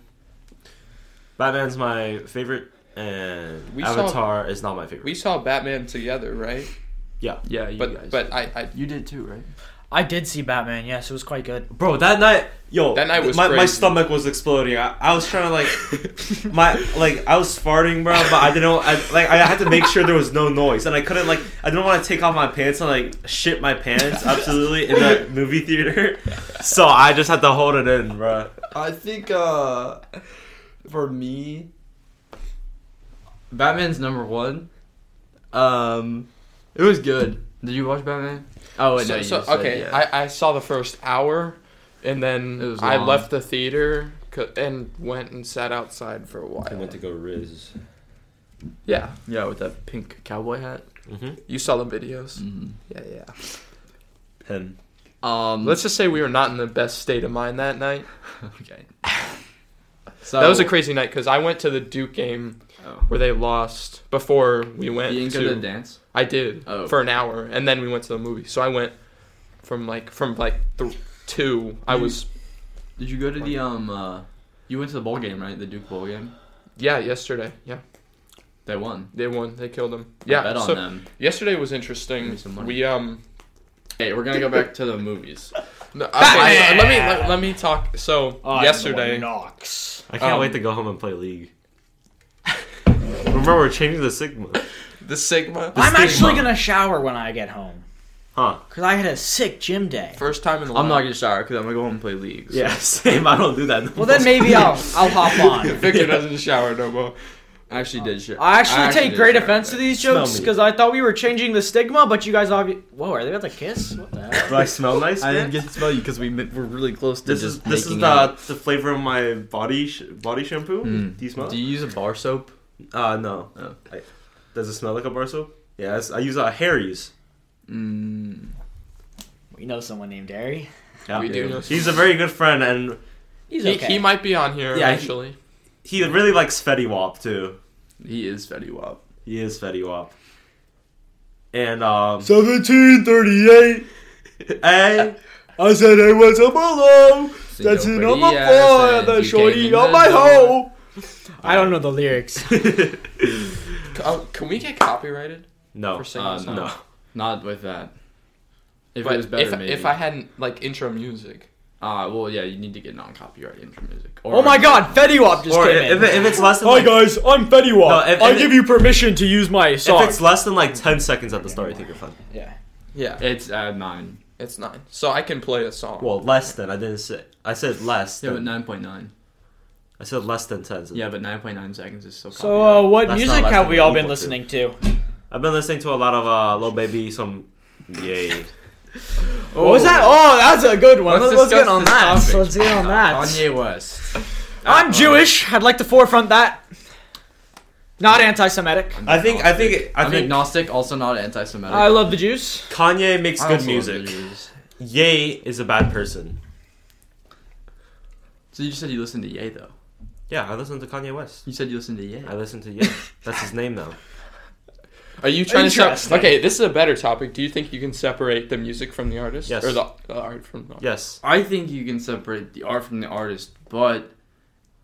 B: Batman's my favorite, and
A: We saw-
B: Avatar is not my favorite.
A: We saw Batman together, right?
C: yeah, you
A: but
C: guys.
A: but I, I
C: you did too, right?
D: I did see Batman. Yes, it was quite good.
B: Bro, that night, yo,
A: That night was
B: my, my
A: crazy.
B: stomach was exploding. I, I was trying to <laughs> like, my like I was farting, bro, but I didn't I, like I had to make sure there was no noise, and I couldn't like I didn't want to take off my pants and like shit my pants absolutely in <laughs> the movie theater, so I just had to hold it in, bro.
C: I think uh for me Batman's number one. Um it was good. Did you watch Batman? Oh wait,
A: so,
C: no, you
A: so-
C: just said,
A: okay,
C: yeah.
A: I, I saw the first hour and
C: It
A: then
C: was
A: I
C: long.
A: left the theater co- and went and sat outside for a while.
B: go Riz.
A: yeah,
C: yeah, with that pink cowboy hat. Mm.
B: Mm-hmm.
A: you saw the videos. Yeah, yeah.
B: Him.
C: Um
A: Let's just say we were not in the best state of mind that night.
C: <laughs> okay. So
A: That was a crazy night because I went to the Duke game
C: oh.
A: where they lost before we went
C: You didn't
A: to
C: go to the dance?
A: I did
C: Oh.
A: for an hour, and then we went to the movie. So I went from like from like th- two. I
C: You-
A: was
C: Did you go to the um uh you went to the bowl game, right? The Duke bowl game?
A: yeah yesterday. Yeah,
C: They won.
A: they won. They killed them.
C: I
A: Yeah.
C: bet on
A: so
C: them.
A: yesterday was
C: Give
A: interesting.
C: me some money.
A: We um.
C: Hey, we're gonna go back to the
A: <laughs>
C: movies.
D: <laughs>
A: No, I- I-
D: Batman!
A: let me let, let me talk. So
D: I'm Oh, the one
A: yesterday,
D: Knox.
B: I can't
A: Um,
B: wait to go home and play League. Remember, we're changing the sigma.
A: The Sigma.
D: I'm actually
C: stigma.
D: gonna shower when I get home
B: Huh.
D: because I had a sick gym day.
A: First time in a
C: I'm
A: while.
C: not gonna shower because I'm gonna go home and play leagues.
A: <laughs>
B: <laughs> Yeah, same. I don't do that. no
D: Well, then
B: more. <laughs>
D: maybe I'll I'll hop on.
A: Victor
C: <laughs>
A: doesn't shower no more.
C: I actually did shit.
D: I actually take
C: did
D: great
C: shower.
D: offense to these
B: Smell
D: jokes
B: me.
D: because I thought we were changing the stigma, but you guys obviously. Whoa, are they about to kiss? What the hell?
B: Do I smell nice?
C: I
B: yet?
C: didn't get to smell you because we mi- were really close to
B: This
C: just
B: is this is
C: making
B: the
C: out.
B: the flavor of my body sh- body shampoo.
C: Mm.
B: Do you smell?
C: Do you use a bar soap?
B: uh no.
C: Oh.
B: I, does it smell like a bar soap? Yes, I use uh, Harry's.
C: Mm.
D: We know someone named Harry.
B: Yeah.
A: We do. know-
B: He's a very good friend, and
D: He's
A: He,
D: okay.
A: he might be on here
B: Yeah, he-
A: eventually.
B: he really likes Fetty Wap too.
C: He is Fetty Wap.
B: He is Fetty Wap. And um,
E: Seventeen thirty-eight.
B: hey,
E: I said I was a below. That's
C: Single
E: it on my
C: pretty ass
E: boy.
C: and
E: The
C: you
E: shorty
C: came in
E: on
C: the
E: my
C: door.
E: hoe.
D: I don't know the lyrics.
A: C- Oh, can we get copyrighted?
B: <laughs> no,
A: For singing
B: uh,
A: this
B: no,
C: song. Not with that. If
A: But
C: it was better,
A: if,
C: maybe.
A: if I hadn't like intro music,
C: Ah, well, yeah, you need to get non-copyright intro music. Or
D: <laughs> oh my God, Fetty Wap just
B: Or
D: came
B: if,
D: in.
B: it- if it's less than
E: Hi
B: like,
E: guys, I'm Fetty Wap.
B: No, if-
E: I
B: if it-
E: give you permission to use my
B: if
E: song.
B: it's less than like Oh, ten seconds at the start, I think you're fine.
D: yeah.
A: yeah,
C: It's uh, nine.
A: it's nine. So I can play a song.
B: Well, less than I didn't say. I said less.
C: Yeah, but
B: Than,
C: nine point nine.
B: I said less than ten.
C: Yeah, but nine point nine seconds is still.
D: So, uh,
C: copyright.
D: what
B: That's
D: music
B: not less
D: have
B: than
D: we all
B: equal
D: been
B: to.
D: listening to?
B: I've been listening to a lot of uh, Lil Baby, some yay.
D: What was that? Oh, that's a good one.
A: Let's
D: Let's, let's
A: discuss
D: get on
A: this
D: that.
A: topic.
D: Let's get on that.
C: Kanye West. Uh,
D: I'm Jewish. I'd like to forefront that. Not anti-Semitic.
B: I think- I think-
C: Agnostic.
B: I
C: I'm
B: think-
C: agnostic, also not anti-Semitic.
D: I love the Jews.
B: Kanye makes
C: I also
B: good
C: love
B: music.
C: Jews.
B: Ye is a bad person.
C: So you said you listened to Ye though.
B: Yeah, I listen to Kanye West.
C: You said you listened to Ye.
B: I listen to Ye. That's his name now.
A: Are you trying to sep-
D: Interesting.
A: Okay, this is a better topic. Do you think you can separate the music from the artist,
B: Yes.
A: or the, the art from the?
B: Yes.
C: I think you can separate the art from the artist, but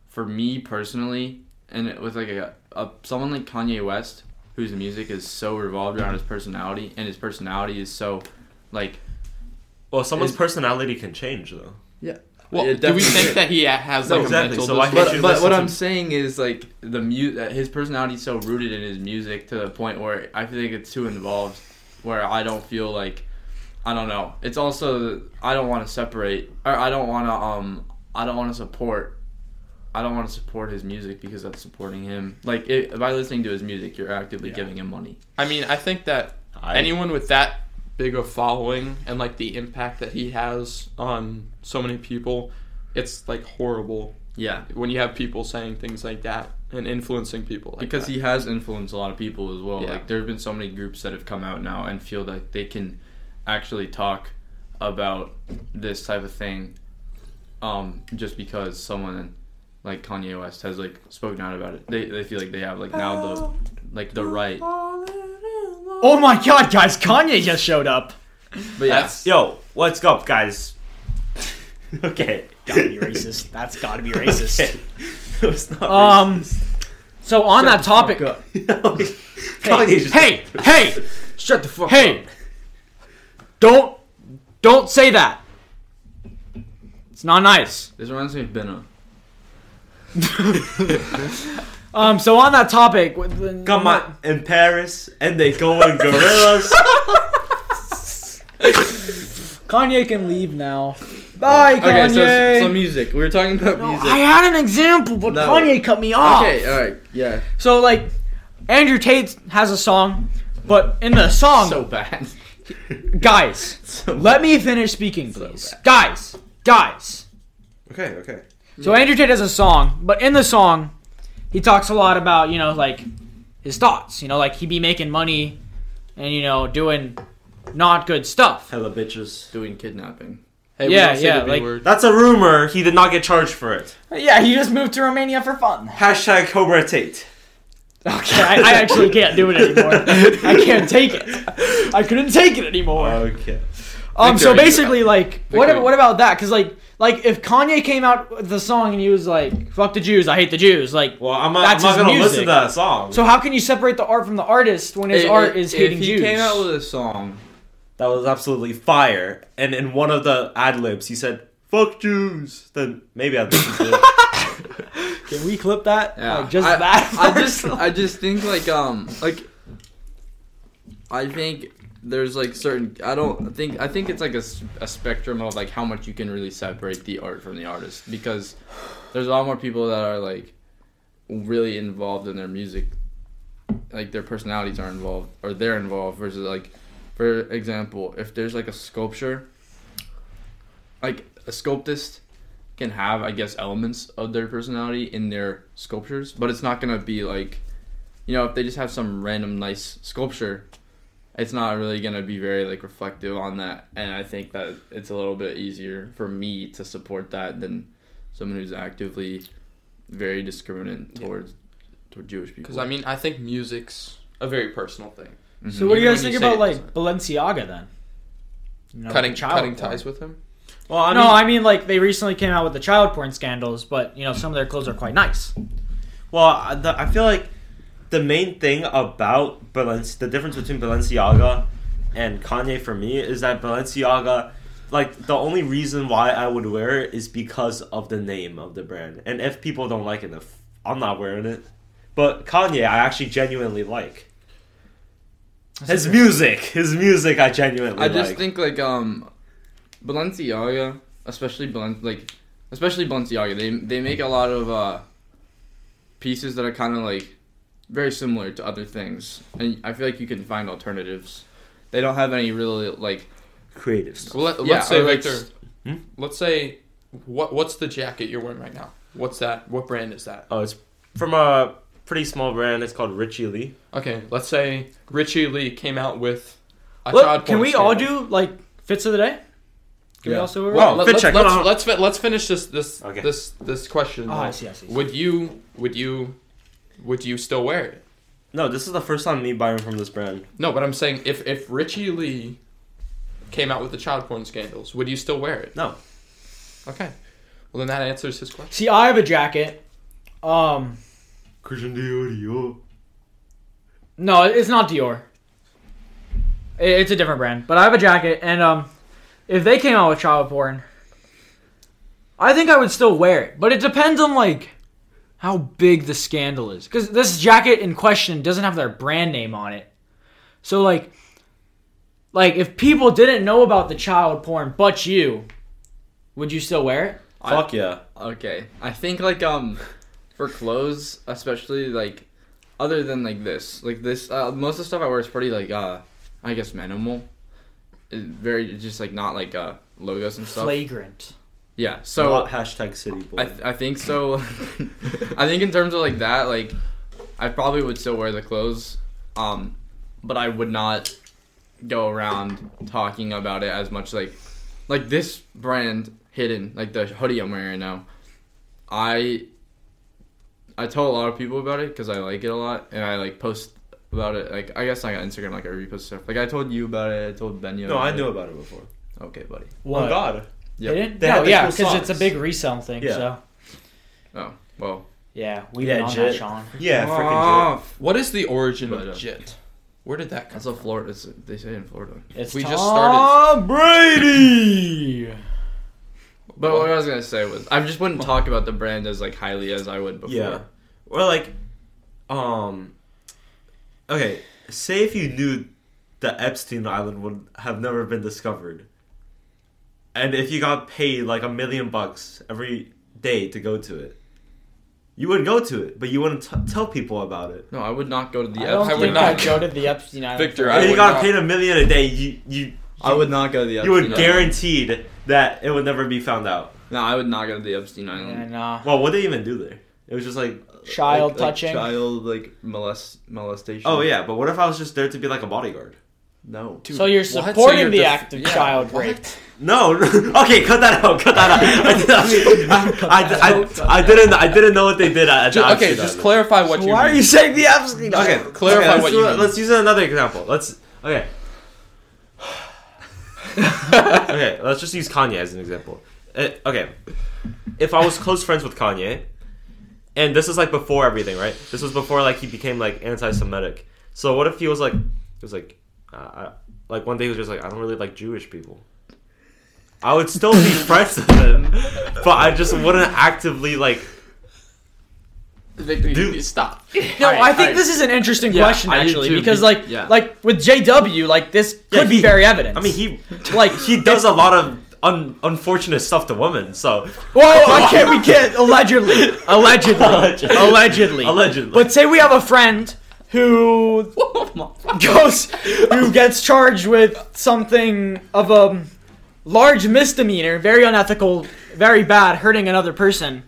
C: for me personally, and with like a, a someone like Kanye West, whose music is so revolved around his personality, and his personality is so like
B: Well, someone's
C: Is-
B: personality can change though.
C: yeah.
A: Well, do we think that he has
B: No,
A: like
B: exactly.
A: a mental?
B: So why
A: disorder?
B: can't you
C: But, but
B: listen
C: what
B: to-
C: I'm saying is like the mu- uh, his personality is so rooted in his music to the point where I think it's too involved, where I don't feel like I don't know. It's also I don't want to separate or I don't want to um I don't want to support I don't want to support his music because that's supporting him. Like it, by listening to his music, you're actively giving him money.
A: I mean, I think that
B: I-
A: anyone with that big of following and like the impact that he has on so many people, it's like horrible
C: Yeah,
A: when you have people saying things like that and influencing people. Like
C: because
A: that.
C: he has influenced a lot of people as well.
A: Yeah.
C: Like there have been so many groups that have come out now and feel like they can actually talk about this type of thing, um, just because someone like Kanye West has like spoken out about it. They they feel like they have like now the like the right.
D: Oh my God, guys! Kanye just showed up.
C: But yeah,
A: That's-
B: Yo, what's up, guys? <laughs> okay.
D: Gotta be racist. That's gotta
B: <laughs>
D: <laughs> be racist.
B: It was not
D: Um. So on that topic. <laughs>
B: racist. <laughs>
D: Hey,
B: Kanye's just-
D: hey, hey,
C: shut the fuck
D: hey! Don't, don't say that. It's not nice.
C: This reminds me of Benno.
D: Um, so on that topic, with the-
B: Come on, in Paris, and they go in
D: <laughs>
B: gorillas.
D: Kanye can leave now. Bye, Kanye.
C: Okay, so some music. We were talking about music.
D: I had an example, but
C: No.
D: Kanye cut me off.
C: okay, all right, yeah.
D: So like, Andrew Tate has a song, but in the song,
C: So <laughs> bad.
D: guys,
C: So
D: let me finish speaking, please, guys, guys.
B: okay, okay.
D: So Andrew Tate has a song, but in the song, he talks a lot about you know like his thoughts. You know, like he be making money, and you know doing not good stuff.
B: Hella bitches.
C: doing kidnapping.
A: hey, we
D: yeah,
A: don't say
D: yeah,
A: the B
D: like-
A: word.
B: That's a rumor. He did not get charged for it.
D: Yeah, he just moved to Romania for fun.
B: Hashtag Cobra Tate.
D: Okay, I, I actually can't do it anymore. I can't take it. I couldn't take it anymore.
B: Okay.
D: Um,
A: Victor,
D: so
A: you-
D: basically, like, what,
A: Victor.
D: what about that? Because like, like if Kanye came out with the song and he was like, "Fuck the Jews, I hate the Jews," like,
B: Well, I'm not,
D: That's
B: I'm not
D: his
B: gonna
D: music.
B: listen to that song.
D: so how can you separate the art from the artist when his
C: If-
D: art is hating
C: if he
D: Jews?
C: came out with a song
B: that was absolutely fire. And in one
D: <laughs>
B: of the ad libs, he said, "Fuck Jews." Then maybe I'd listen to it.
D: Can we clip that?
C: Yeah.
D: Like, just
C: I,
D: that.
C: I
D: part?
C: just I just think like um like I think there's like certain I don't think I think it's like a, s- a spectrum of like how much you can really separate the art from the artist because there's a lot more people that are like really involved in their music like their personalities are involved or they're involved versus like for example if there's like a sculpture like a sculptist can have, I guess, elements of their personality in their sculptures, but it's not gonna be like, you know, if they just have some random nice sculpture, it's not really gonna be very like reflective on that. And I think that it's a little bit easier for me to support that than someone who's actively very discriminant towards toward Jewish people.
A: Because I mean, I think music's a very personal thing.
C: Mhm.
D: so what do you
A: Even
D: guys
A: when
D: think
A: you
D: about
A: say it,
D: like Balenciaga then? You know,
A: cutting
D: the child
A: cutting
D: porn.
A: ties with him.
B: Well, I mean,
D: no, I mean like they recently came out with the child porn scandals, but you know some of their clothes are quite nice.
B: Well, I- the, I feel like the main thing about Balenci- the difference between Balenciaga and Kanye for me is that Balenciaga, like the only reason why I would wear it is because of the name of the brand, and if people don't like it, if I'm not wearing it. But Kanye, I actually genuinely like his music. His music, I genuinely.
C: I just
B: like.
C: think like um, Balenciaga, especially Balen like, especially Balenciaga, they they make a lot of uh, pieces that are kind of like very similar to other things, and I feel like you can find alternatives. They don't have any really like
B: creative stuff.
A: Well, let, us
C: yeah,
A: say
C: or, like,
A: Victor.
B: Hmm?
A: Let's say what what's the jacket you're wearing right now? What's that? What brand is that?
B: Oh, it's from a pretty small brand. It's called Richie Lee.
A: Okay, let's say Richie Lee came out with. A
D: Look,
A: child
D: can
A: porn
D: we all
A: scandal.
D: do like fits of the day? Can we
B: Yeah.
D: also wear
A: Well,
B: Fit
A: let, us
B: check.
A: Let's,
B: No, no, no.
A: let's fi- let's finish this this
B: Okay.
A: this this question.
D: Uh-huh. Oh, I
A: though.
D: see, I see, I see.
A: Would you would you would you still wear it?
B: No, this is the first time me buying from this brand.
A: No, but I'm saying if if Richie Lee came out with the child porn scandals, would you still wear it?
B: No,
A: Okay. Well, then that answers his question.
D: See, I have a jacket. Um,
B: Christian Dior.
D: no, it's not Dior. I- It's a different brand, but I have a jacket, and um, if they came out with child porn, I think I would still wear it. But it depends on like how big the scandal is, because this jacket in question doesn't have their brand name on it. So like, like if people didn't know about the child porn, but you, would you still wear it?
B: Fuck yeah.
C: Okay. I think like um for clothes, especially like other than like this, like this uh, most of the stuff I wear is pretty like uh I guess minimal. It very it's just like not like uh logos and stuff.
D: Flagrant.
C: Yeah.
B: So
C: So
B: hashtag city boy.
C: I th- I think so. <laughs> I think in terms of like that, like I probably would still wear the clothes, um, but I would not go around talking about it as much. Like, like this brand hidden, like the hoodie I'm wearing now. I I tell a lot of people about it because I like it a lot, and I like post about it. Like I guess I got Instagram, like I repost stuff. Like I told you about it. I told Benya.
B: no,
C: about
B: I
C: it.
B: knew about it before.
C: Okay, buddy.
B: Oh God.
C: Yep.
D: They didn't?
B: They
D: no,
B: had the
D: yeah,
B: cool
D: because it's a
B: songs.
D: big resell thing.
B: Yeah.
D: So
C: Oh well.
D: yeah, we
B: Yeah,
D: did on that,
B: Jit.
D: Sean.
B: Yeah, freaking
C: Off.
A: What is the origin
C: But, uh,
A: of JIT? Where did that come
C: That's a Florida. it's- They say in Florida.
D: It's
A: We
D: Tom
A: just started.
D: Brady.
C: But what I was gonna say was, I just wouldn't talk about the brand as like highly as I would before.
B: Yeah. Or like, um, okay. Say if you knew that Epstein Island would have never been discovered, and if you got paid like a million bucks every day to go to it, you would go to it, but you wouldn't t- tell people about it.
C: No, I would not go to the.
D: I don't
A: I
C: Epstein.
A: would
D: think
A: not.
D: I'd go to the Epstein Island.
A: Victor,
D: for
A: I
B: if you
A: would
B: got
A: not-
B: paid a million a day, you you
C: I would not go to the.
B: you
C: Epstein
B: would
C: Island.
B: guaranteed that it would never be found out.
C: No, I would not go to the Epstein
D: that.
C: Island.
D: And uh,
B: Well, what did they even do there? It was just like
D: child
C: Like- like
D: touching.
C: child like molest molestation.
B: Oh yeah, but what if I was just there to be like a bodyguard?
C: no.
D: so you're
A: So you're
D: supporting the
A: def-
D: act of
A: yeah,
D: child
A: what?
D: rape.
A: <laughs>
B: No, <laughs> okay, cut that out, cut that out. <laughs> I, did- I mean, I, I, I didn't, I didn't know what they did. At,
A: Ju-
B: at
A: okay,
B: Amsterdam.
A: just clarify what you.
D: Why
B: <laughs>
D: are
A: mean.
D: you saying the Epstein
B: Okay,
D: Island?
B: okay,
A: clarify
B: let's
A: what
B: do-
A: you mean.
B: Let's use another example. Let's
A: <laughs>
B: okay. okay, let's just use Kanye as an example. Uh, okay, if I was close friends with Kanye, and this is like before everything, right? This was before like he became like anti-Semitic. So what if he was like, he was like, uh, I, like one day he was just like, I don't really like Jewish people. I <laughs> would still be friends with him, but I just wouldn't actively like
A: Victor, you
B: Dude.
A: need to stop.
D: No,
A: All right,
D: I
A: all
D: think
A: right.
D: this is an interesting
C: Yeah,
D: question
C: I do
D: actually
C: too,
D: because
C: be-
D: like
C: yeah.
D: like with JW like this could
B: Yeah,
D: be
B: he-
D: very evident.
B: I mean, <laughs> he
D: like
B: he does a lot of un, unfortunate stuff to women. So
D: Well, I can't. We can't. Allegedly. Allegedly.
B: Allegedly.
D: allegedly.
B: Allegedly.
D: But say we have a friend
C: <laughs>
D: who goes, who gets charged with something of a large misdemeanor, very unethical, very bad, hurting another person.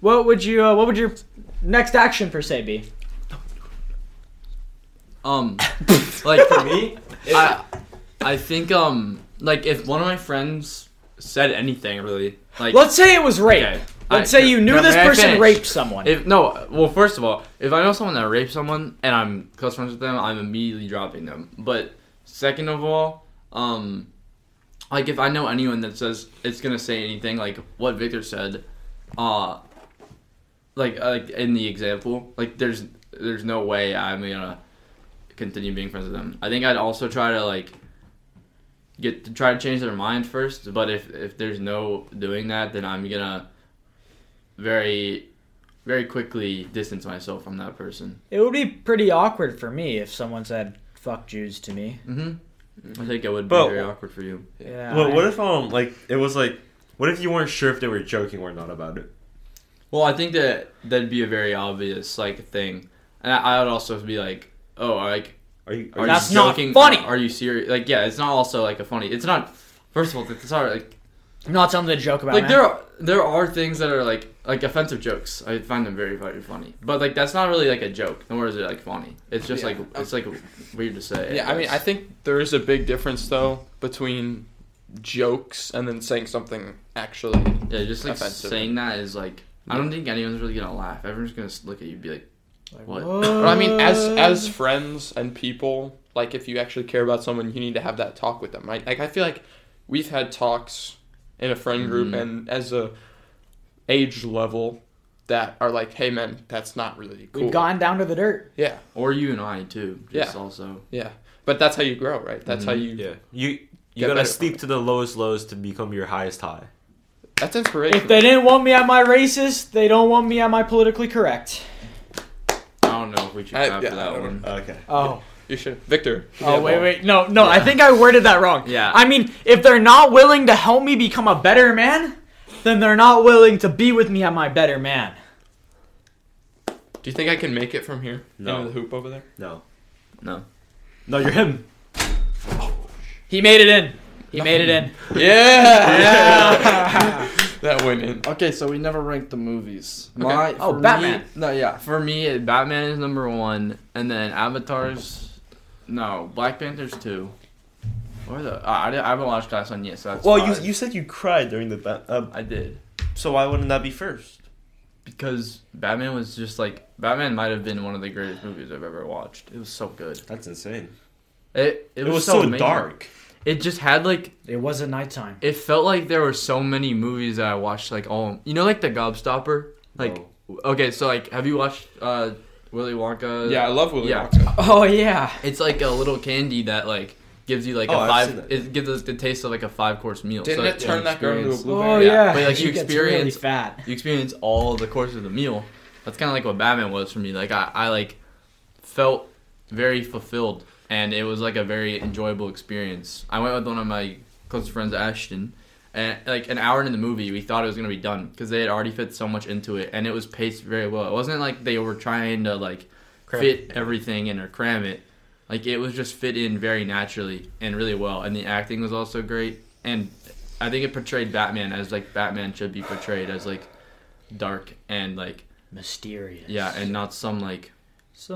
D: What would you? Uh, what would your next action per se be?
B: <laughs>
C: Um, like for
B: me,
C: me, I, I think um, like if one of my friends said anything really, like
D: Let's say it was rape.
C: Okay.
D: Let's
C: I-
D: say you knew
C: no,
D: this
C: may I
D: person
C: finish?
D: raped someone.
C: If no, well, first of all, if I know someone that raped someone and I'm close friends with them, I'm immediately dropping them. But second of all, um, like if I know anyone that says it's gonna say anything like what Victor said, uh, like uh, like in the example, like there's there's no way I'm gonna continue being friends with them. I think I'd also try to like get to try to change their mind first. But if if there's no doing that, then I'm gonna very very quickly distance myself from that person.
D: it would be pretty awkward for me if someone said "fuck Jews" to me.
C: hmm
A: Mm-hmm.
C: I think it would be
B: But-
C: very awkward for you.
D: Yeah.
B: well, what if um like it was like what if you weren't sure if they were joking or not about it?
C: Well, I think that that'd be a very obvious like thing, and I, I would also be like, oh, like
B: Are you? Are you
C: are
D: That's
C: you
D: not
C: joking?
D: funny.
C: Are you serious? Like, yeah, it's not also like a funny. It's not. First of all, it's not like
D: Not something to joke about.
C: like
D: man.
C: there are there are things that are like like offensive jokes. I find them very very funny, but like that's not really like a joke. Nor is it like funny. It's just
A: Yeah.
C: like it's like weird to say.
A: Yeah, I mean, I
C: guess.
A: think there is a big difference though between jokes and then saying something actually.
C: Yeah, just like
A: offensive.
C: saying that is like I don't think anyone's really gonna laugh. Everyone's gonna s- look at you and be like, "What?"
A: But I mean, as as friends and people, like if you actually care about someone, you need to have that talk with them, right? Like I feel like we've had talks in a friend group
C: Mhm.
A: and as a age level that are like, hey man, that's not really cool.
D: We've gone down to the dirt.
A: yeah,
C: Or you and I too. Just
A: Yeah.
C: Also,
A: yeah. But that's how you grow, right? That's how you.
B: Yeah. You
A: Get
B: you gotta
A: better.
B: steep to the lowest lows to become your highest high.
A: That's inspiration.
D: If they didn't want me at my racist, they don't want me at my politically correct.
C: I don't know if we should
A: I-
C: clap
A: yeah,
C: for
A: I
C: that
A: don't
C: one.
B: Okay.
D: Oh,
A: You should, Victor. give me
D: oh,
A: that
D: wait,
A: ball.
D: wait, no, no. I think I worded that wrong.
C: Yeah.
D: I mean, if they're not willing to help me become a better man, then they're not willing to be with me at my better man.
A: Do you think I can make it from here?
B: No.
A: Into the hoop over <laughs> there.
B: No.
C: No.
B: No, you're him.
D: He made it in. He made
C: <laughs>
D: it in.
A: Yeah. that went in.
C: Okay, so we never ranked the movies. My,
D: Oh,
C: for
D: Batman.
C: Me, no, yeah. For me, it- Batman is number one, and then Avatar's. No, Black Panther's two. Or the uh, I, di- I haven't watched Glass on yet, so that's
B: Well,
C: five.
B: you you said you cried during the ba- uh,
C: I did
B: so why wouldn't that be first?
C: because Batman was just like Batman might have been one of the greatest movies I've ever watched. It was so good.
B: That's insane.
C: It
B: It,
C: it,
B: was, so
C: amazing.
B: dark.
C: It just had like
D: It was a nighttime.
C: it felt like there were so many movies that I watched like all you know like the Gobstopper like okay so like have you watched uh Willy Wonka
A: Yeah, I love Willy
C: Yeah.
A: Wonka.
D: Oh yeah.
C: it's like a little candy that like gives you like
B: Oh,
C: a
B: I've seen
C: five
B: that.
C: it gives us the taste of like a five course meal
A: Didn't
C: so
A: it turn that girl into a
C: experience-
D: Oh
A: blueberry?
D: yeah.
C: But, like,
D: He
C: you
D: gets really
C: experience-
D: fat.
C: you experience all the courses of the meal that's kind of like what Batman was for me like I, I like felt very fulfilled and it was like a very enjoyable experience I went with one of my close friends Ashton and like an hour into the movie we thought it was gonna be done because they had already fit so much into it and it was paced very well it wasn't like they were trying to like fit everything in or cram it like it was just fit in very naturally and really well and the acting was also great and i think it portrayed batman as like batman should be portrayed as like dark and like
D: Mysterious.
C: yeah and not some like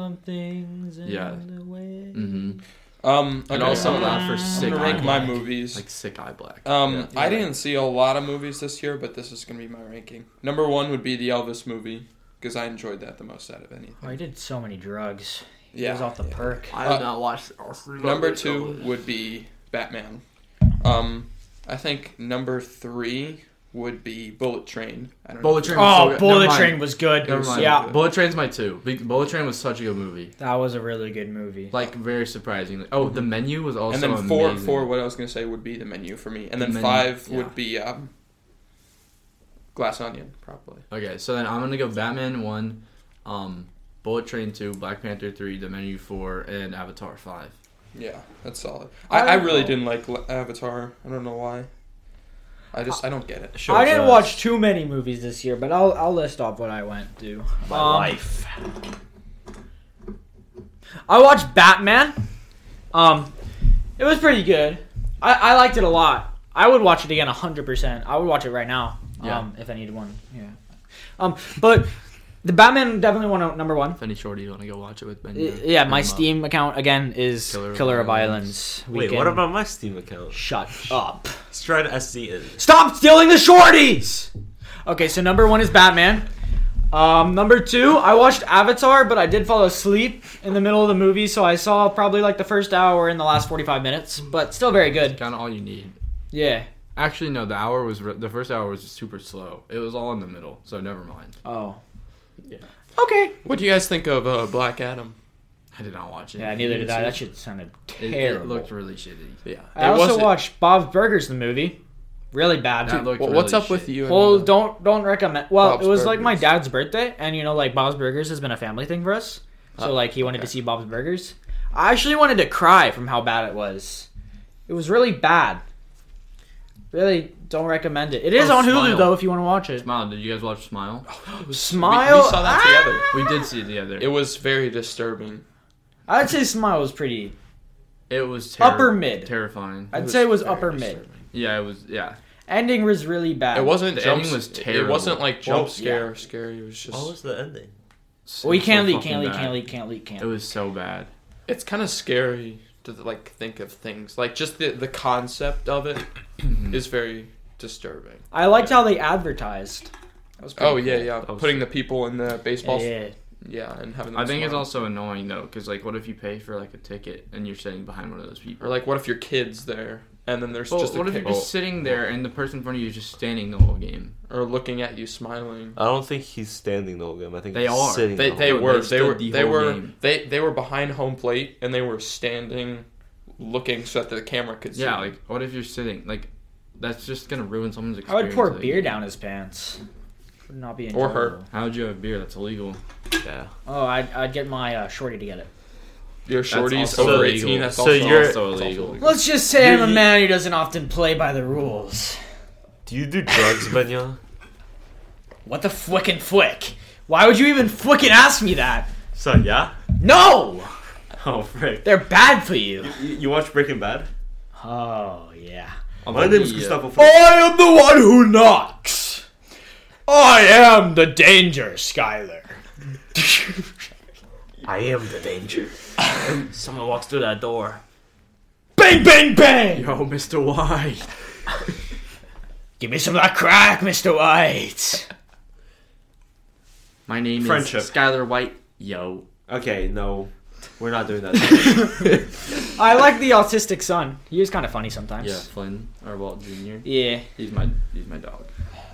D: Something's in
C: Yeah.
D: the way.
C: mhm,
A: Um.
C: and
A: okay,
C: also
A: I'm gonna,
C: allowed for
A: I'm
C: sick
A: gonna
C: eye
A: rank my
C: black.
A: movies.
C: like sick eye black
A: Um,
C: Yeah.
A: I didn't see a lot of movies this year, but this is gonna be my ranking. Number one would be the Elvis movie because I enjoyed that the most out of anything.
D: Oh, he did so many drugs. He
A: Yeah,
D: was off the
A: yeah.
D: perk.
C: i
A: have
C: have not watched
A: Number two would be Batman. Um, I think number three would be Bullet Train. I don't
C: bullet
A: know.
C: train was so
D: Oh,
C: good.
D: Bullet
C: Never mind.
D: Train was good.
C: Never mind.
D: Yeah,
C: Bullet Train's my two. Be- Bullet Train was such a good movie.
D: that was a really good movie.
C: Like very surprisingly. Oh, the menu was also
A: And then four,
C: amazing.
A: four. What I was gonna say would be the menu for me, and
C: The
A: then
C: menu,
A: five
C: yeah.
A: would be um, Glass Onion, probably.
C: Okay, so then I'm gonna go Batman one, um, Bullet Train 2, Black Panther 3, The Menu 4, and Avatar 5.
A: Yeah, that's solid. I, I really didn't like Le- Avatar. I don't know why. I just I don't get it.
B: Shows
D: I didn't
B: us
D: watch too many movies this year, but I'll I'll list off what I went to.
B: my
D: Um,
B: life.
D: I watched Batman. Um, it was pretty good. I, I liked it a lot. I would watch it again hundred percent. I would watch it right now.
C: Yeah.
D: Um, if I needed one. Yeah. Um, but the Batman definitely won out number one.
C: If any shorty you want to go watch it with Ben,
D: Y-
C: you-
D: Yeah, my
C: hit him up.
D: Steam account again is Killer,
C: Mm-hmm. Killer of
D: of Violence.
B: Wait, what about my Steam account?
D: Shut
C: <laughs>
D: up.
B: Let's try to SC it.
D: Stop stealing the shorties! Okay, so number one is Batman. Um, number two, I watched Avatar, but I did fall asleep in the middle of the movie, so I saw probably like the first hour and the last 45 minutes, but still very good.
C: Kind of all you need.
D: Yeah.
C: Actually, no. The hour was re- the first hour was super slow. It was all in the middle, so never mind.
D: Oh.
B: Yeah.
D: Okay.
A: What do you guys think of uh, Black Adam?
C: I did not watch it.
D: Yeah, neither did I. That shit sounded
C: It,
D: terrible.
C: it looked really shitty.
A: Yeah,
D: I also watched Bob's Burgers, the movie. Really bad.
C: That looked
A: Well, what's
C: really
A: up with
C: shitty.
A: you? and,
D: Well,
A: uh,
D: don't don't recommend. Well,
A: Bob's
D: it was like my
A: Burgers.
D: dad's birthday, and you know, like Bob's Burgers has been a family thing for us. So
A: Oh,
D: like he wanted to
A: okay.
D: see Bob's Burgers. I actually wanted to cry from how bad it was. It was really bad. Really don't recommend it. It is
C: Oh,
D: on Hulu
C: Smile.
D: though if you want to watch it.
C: Smile. Did you guys watch Smile?
D: Smile.
A: saw that
D: ah!
A: together.
C: We did see it
D: <laughs>
C: together.
A: It was very disturbing.
D: I'd say Smile was pretty.
C: It was
D: Upper mid.
C: terrifying.
D: I'd
A: was
D: say it was
A: very
D: upper mid.
A: disturbing.
C: Yeah, it was. Yeah,
D: Ending was really bad.
A: It wasn't
C: The
A: jump.
C: ending was
A: s- It
C: terrible.
A: wasn't like jump
B: Well,
A: scare scary. It was just.
B: What was the ending?
D: We
C: It was
D: can't
C: so
D: leak,
C: fucking
D: can't leak,
C: bad.
D: can't leak, can't leak, can't
C: It
D: leak.
C: was so bad.
A: It's kind of scary to like think of things like just the the concept of it is very disturbing.
D: I liked how they advertised.
A: That was oh yeah, yeah.
C: That was-
A: Putting the people in the baseball. Yeah,
D: Yeah.
A: and having. Them
C: I think it's
A: smile.
C: also annoying though, because like, what if you pay for like a ticket and you're sitting behind one of those people?
A: Or like, what if your kid's there and then there's
C: Well,
A: just a
C: what if
A: kid
C: you're just sitting there and the person in front of you is just standing the whole game?
A: or looking at you smiling?
B: I don't think he's standing the whole game. I think
C: They
B: he's
C: are.
B: sitting.
A: They
B: the
A: they
C: Dude,
B: whole-
A: were
C: they
A: they were
C: stood the
A: they
C: whole
A: were
C: game.
A: they they were behind home plate and they were standing, looking so that the camera could see.
C: Yeah, like what if you're sitting? Like, that's just gonna ruin someone's
D: I
C: experience.
D: would pour
C: of the
D: beer
C: game.
D: down his pants. Would not
A: Or
D: be enjoyable.
A: her.
C: How would you have beer? That's illegal.
B: Yeah.
D: Oh, I'd, I'd get my uh, shorty to get it.
A: your shorties
C: also
A: over
C: illegal.
A: eighteen. That's
B: So
A: also
B: you're-
A: that's also
C: That's also
A: illegal.
C: illegal.
D: Let's just say
B: I'm a man
D: who doesn't often play by the rules.
B: Do you do drugs, Benya?
D: What the fwickin' fwick? Why would you even fwickin' ask me that?
B: <laughs> So yeah. <laughs>
D: No!
B: Oh frick.
D: They're bad for you.
B: You, you watch Breaking Bad?
D: Oh, yeah.
B: My name's
C: uh,
B: Gustavo. Fring.
D: I am the one who knocks. I am the danger, Skyler.
B: <laughs> I am the
D: <laughs>
B: danger. Someone walks through that door.
D: Bang, bang, bang!
B: Oh, <laughs>
C: Yo, Mr. White.
D: Give me some of that crack, Mr. White.
C: My name
B: Friendship.
C: is Skylar White. Yo.
B: Okay, no, we're not doing that.
D: <laughs>
B: <laughs>
D: I like the autistic son. He was kind of funny sometimes.
C: Yeah, Flynn or Walt Jr.
D: Yeah.
C: He's my he's my dog.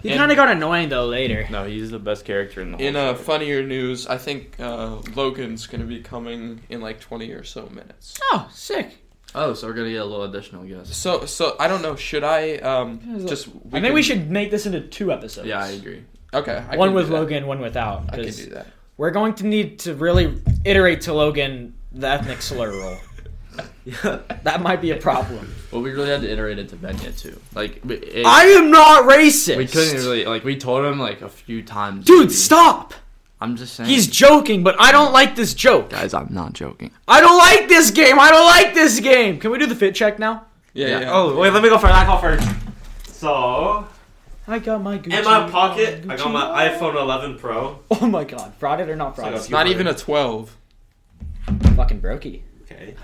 D: He
A: And-
D: kind of got annoying though later.
C: No, he's the best character in the whole.
A: In uh,
C: show.
A: funnier news, I think uh, Logan's gonna be coming in like twenty or so minutes.
D: Oh, sick.
C: oh, so we're gonna get a little additional guest.
A: So so I don't know. Should I um
D: There's a-
A: just?
D: I think
A: can-
D: we should make this into two episodes.
C: Yeah, I agree.
A: Okay. I
D: one
A: can
D: with
A: do that.
D: Logan, one without.
A: I can
D: 'cause
A: do that.
D: We're going to need to really iterate to Logan the ethnic slur
A: <laughs>
D: rule. <laughs> That might be a problem.
C: Well, we really had to iterate it to Benya too. Like, we, it-
D: I am not racist.
C: we couldn't really like we told him like a few times.
D: Dude,
C: maybe.
D: stop.
C: I'm just saying.
D: He's joking, but I don't like this joke.
C: guys. I'm not joking.
D: I don't like this game. I don't like this game. Can we do the fit check now?
A: Yeah.
C: Yeah.
A: yeah.
B: oh wait, let me go first. I go first. So
D: I got my Gucci.
B: in my pocket, I
D: Gucci.
B: got my iPhone 11 Pro.
D: Oh my god, frauded or not frauded?
A: It's not even a twelve.
D: Fucking brokey.
B: Okay.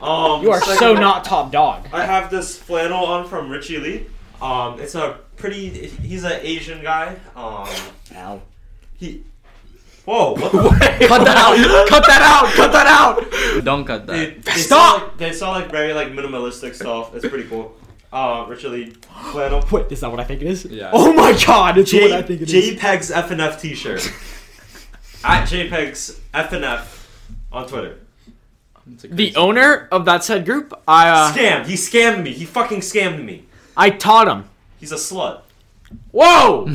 B: Um,
D: You are
B: second-
D: so not top dog.
B: I have this flannel on from Richie Lee. Um, it's a pretty. He's an Asian guy. Um,
D: Ow.
B: he. Whoa! <laughs> What the
D: <laughs> Cut that out! Cut that out! Cut that out!
C: Don't cut that.
B: They, they
D: Stop!
B: Sell, like, they sell like very like minimalistic stuff. It's pretty cool. Uh, Richie Lee <gasps> flannel.
D: Wait, is that what I think it is?
C: Yeah.
D: Oh my god, it's what I think it is.
B: JPEG's FNF T-shirt. <laughs> At JPEG's FNF on Twitter.
C: It's a
D: The
C: crazy-
D: owner of that said group, I uh,
B: Scammed. He scammed me. He fucking scammed me.
D: I taught him.
B: He's a slut.
D: Whoa!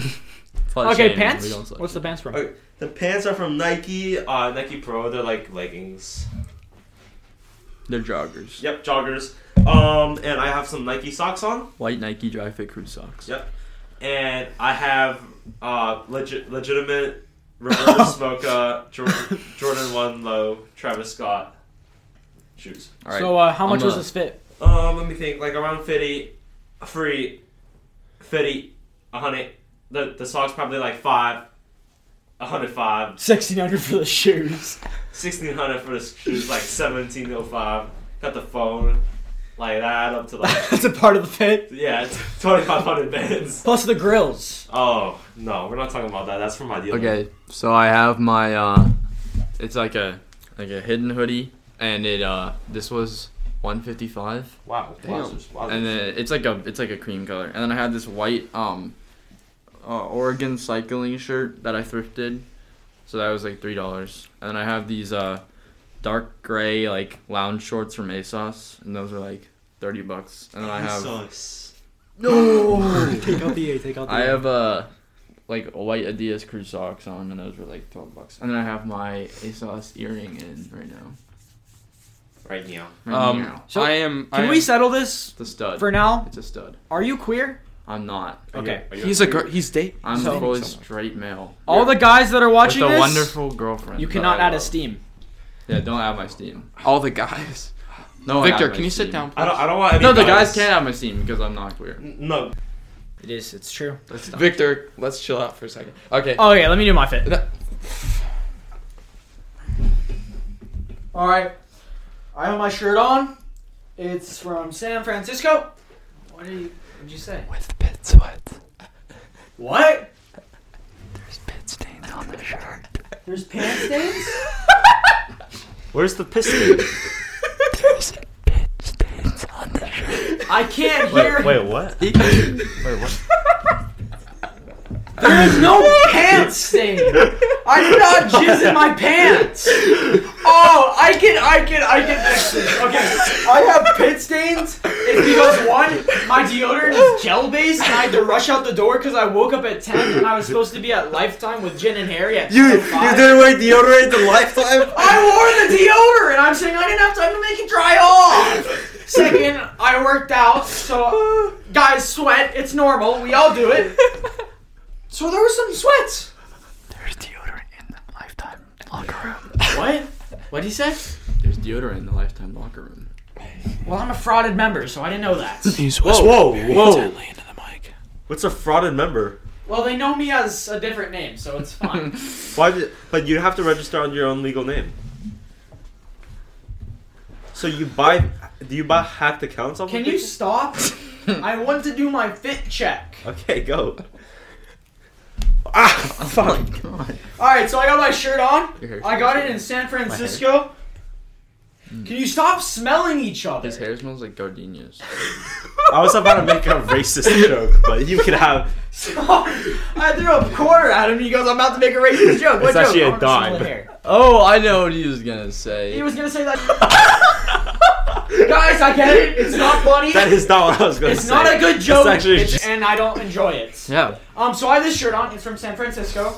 C: Fun <laughs>
D: okay,
C: shame, we
D: pants.
C: don't suck.
D: What's the pants from?
B: Okay. The pants are from Nike, uh, Nike Pro. They're like leggings.
C: They're joggers.
B: Yep, joggers. Um, and I have some Nike socks on.
C: White Nike Dry Fit Crew socks.
B: Yep. And I have uh, legit, legitimate <laughs> Roberto Smoka, Jordan, Jordan One Low, Travis Scott shoes.
C: All right.
D: So uh, how much
C: I'm,
D: was
C: uh,
D: this fit?
B: Um, let me think. Like around fifty, free, fifty, a hundred. The the socks probably like five, a hundred five,
D: Sixteen hundred for the shoes. <laughs>
B: sixteen hundred for the shoes. Like seventeen oh five. Got the phone, like that up to like <laughs>
D: That's a part of the fit.
B: yeah, twenty five hundred bands.
D: Plus the grills.
B: Oh no, we're not talking about that. That's from my dealer.
C: okay, so I have my uh, it's like a like a hidden hoodie, and it uh, this was 155.
B: Wow.
A: Damn.
B: Wowzers, wowzers.
C: and then it's like a it's like a cream color. And then I had this white um uh, Oregon cycling shirt that I thrifted, so that was like three dollars. And then I have these uh dark gray like lounge shorts from ASOS, and those are like thirty bucks. And then I have
B: Sucks.
D: No. take out the A. Take out the.
C: I
D: A.
C: have uh like white Adidas crew socks on, and those were like twelve bucks. And then I have my ASOS earring in right now.
B: right now.
C: Right
A: Um,
C: now.
D: So,
A: I am. I
D: Can
A: am-
D: we settle this
C: It's a stud.
D: for now?
C: it's a stud.
D: Are you queer?
C: I'm not.
B: Are you-
D: Okay.
B: are you
A: He's a
B: queer?
A: girl. He's date.
C: I'm
D: So-
C: fully straight male.
D: All the guys that are watching
C: with a
D: this,
C: wonderful girlfriend.
D: you
C: that
D: cannot
C: I
D: add a
C: love.
D: steam.
C: Yeah, don't add my steam.
A: All the guys.
C: No,
A: Victor, can you sit down?
B: I don't. I don't want. Any
C: No, the guys can't have my steam because I'm not queer.
B: No.
D: It is. It's true.
A: please? Victor, let's chill out for a second. Okay.
D: Oh yeah. Let me do my fit.
A: No.
D: All right. I have my shirt on. It's from San Francisco. What did you? What'd you say?
A: With pit sweat.
D: What?
A: There's pit stains on the shirt.
D: There's pants stains.
A: <laughs>
B: Where's the
C: <laughs>
B: piston?
A: There's pit stains on the shirt.
D: I can't hear.
B: wait, wait, <laughs> what? wait, <laughs> what?
D: There is no pants stain. I did not jizz in my pants. Oh, I can, I can, I can fix this. Okay, I have pit stains. It's because one, my deodorant is gel based, and I had to rush out the door because I woke up at ten and I was supposed to be at Lifetime with Jen and Harry at
B: You,
D: 10:05.
B: you didn't wear deodorant the lifetime.
D: I wore the deodorant. I'm saying I didn't have time to make it dry off. Second, I worked out, so guys sweat. It's normal. We all do it. So there was some sweats.
A: There's deodorant in the lifetime locker room.
D: What? What did he say?
C: There's deodorant in the lifetime locker room.
D: Well, I'm a frauded member, so I didn't know that.
A: He's
B: Whoa, whoa, whoa!
A: into the mic.
B: What's a frauded member?
D: well, they know me as a different name, so it's fine.
B: <laughs> Why? Did, but you have to register on your own legal name. So you buy? Do you buy hacked accounts? off of
D: Can you
B: people? <laughs>
D: stop? I want to do my fit check.
B: Okay,
C: <laughs>
B: go. Ah, <laughs> fuck!
C: God.
D: All right, so I got my shirt on.
C: Your hair
D: I got it in San Francisco.
B: Mm.
D: Can you stop smelling each other?
C: His
D: <laughs>
C: hair smells like gardenias.
B: I was about to make a racist joke, but you could have.
D: I threw a quarter at him. He goes, "I'm about to make a racist joke." What
B: It's actually
D: joke?
B: a
D: Oh, smell
B: dime.
D: the hair.
C: Oh, I know what he was gonna say.
D: He was gonna say that. <laughs> Guys, I get it. It's not funny.
B: That is not what I was going to
D: it's
B: say.
D: not a good joke,
B: actually
D: it's-
B: just-
D: and I don't enjoy it.
C: yeah,
D: Um, so I have this shirt on. It's from San Francisco.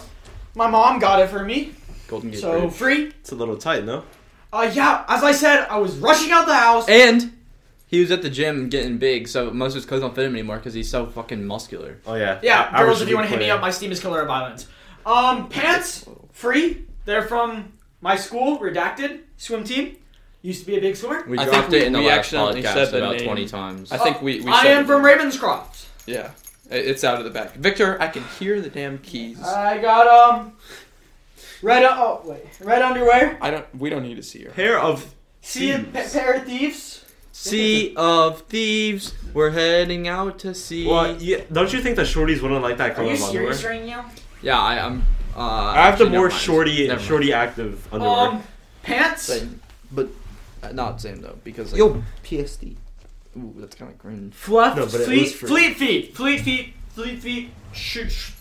D: My mom got it for me,
C: Golden Gate
D: so
C: Bridge.
D: free.
B: It's a little tight, no?
D: Uh, yeah, as I said, I was rushing out the house.
C: And he was at the gym getting big, so most of his clothes don't fit him anymore because he's so fucking muscular.
B: Oh yeah.
D: Yeah,
B: I- I
D: girls,
B: was
D: if you want to hit me
B: replaying.
D: up, my Steam is Killer of Violence. Um, pants free. They're from my school, Redacted Swim Team. Used to be a big swimmer.
C: We
A: I
C: dropped
A: think we-
C: it in the
A: we
C: last
A: accidentally
C: podcast
A: said the
C: about
A: name.
C: twenty times.
A: I think we. we
D: Uh, I
A: said
D: am
A: it.
D: from Ravenscroft.
A: Yeah, I- it's out of the back. Victor, I can hear the damn keys.
D: I got um red. Oh wait, red underwear.
A: I don't. We don't need to see
D: uh,
A: her.
B: Pair of
D: See a pa- pair of thieves.
C: sea of thieves, we're heading out to sea.
B: well, yeah, don't you think the shorties wouldn't like that
D: Are
B: color
D: you
B: of underwear?
D: serious right now?
C: Yeah, I, I'm. Uh,
B: I have the
C: actually, never
B: more
C: mind.
B: shorty,
C: Never mind.
B: shorty active underwear.
D: Um, pants.
C: Same, but uh, not same though because like,
A: PSD.
C: ooh, that's kind of cringe.
D: Fluff.
B: No, but it
D: fleet,
B: was free.
D: fleet feet. Fleet feet. Fleet feet. Shoot. sh-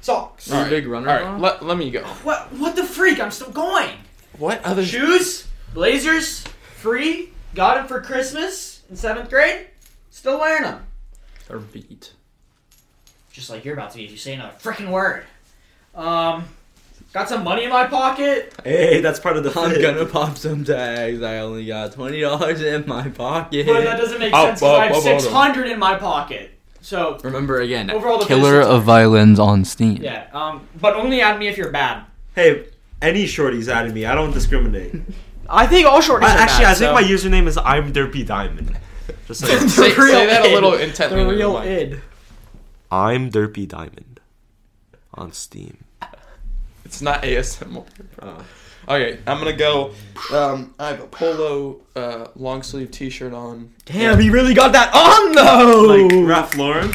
D: Socks.
C: Are you
A: right.
C: a big runner?
A: All right,
C: Vaughn?
A: let, let me go.
D: What? What the freak? I'm still going.
A: What other?
D: Shoes, blazers, free. Got them for Christmas in seventh grade. Still wearing them.
C: They're beat.
D: Just like you're about to be if you say another freaking word. Um, Got some money in my pocket.
B: Hey, that's part of the
C: I'm
B: fit.
C: gonna pop some tags. I only got twenty dollars in my pocket.
D: But that doesn't make
A: Oh,
D: sense because I have
A: oh, oh, hold on.
D: six hundred in my pocket. So
C: Remember again,
D: Overall, the
C: killer
D: business-
C: of violins on Steam.
D: yeah, um, but only add me if you're bad.
B: Hey, any shorties added me. I don't discriminate.
D: <laughs> I think all shorties.
B: I,
D: are
B: actually,
D: bad,
B: I think
D: so.
B: my username is I'm Derpy Diamond. Just
D: <laughs>
B: like
A: Say,
D: The real
A: say that a
D: id.
A: little intently.
D: the
A: with your
D: real
A: mic.
D: id.
B: I'm Derpy Diamond on Steam.
A: It's not ASMR.
B: Oh.
A: Uh. Okay, I'm gonna go. Um, I have a polo uh, long sleeve T-shirt on.
D: Damn, he really got that on though.
B: Like Ralph Lauren.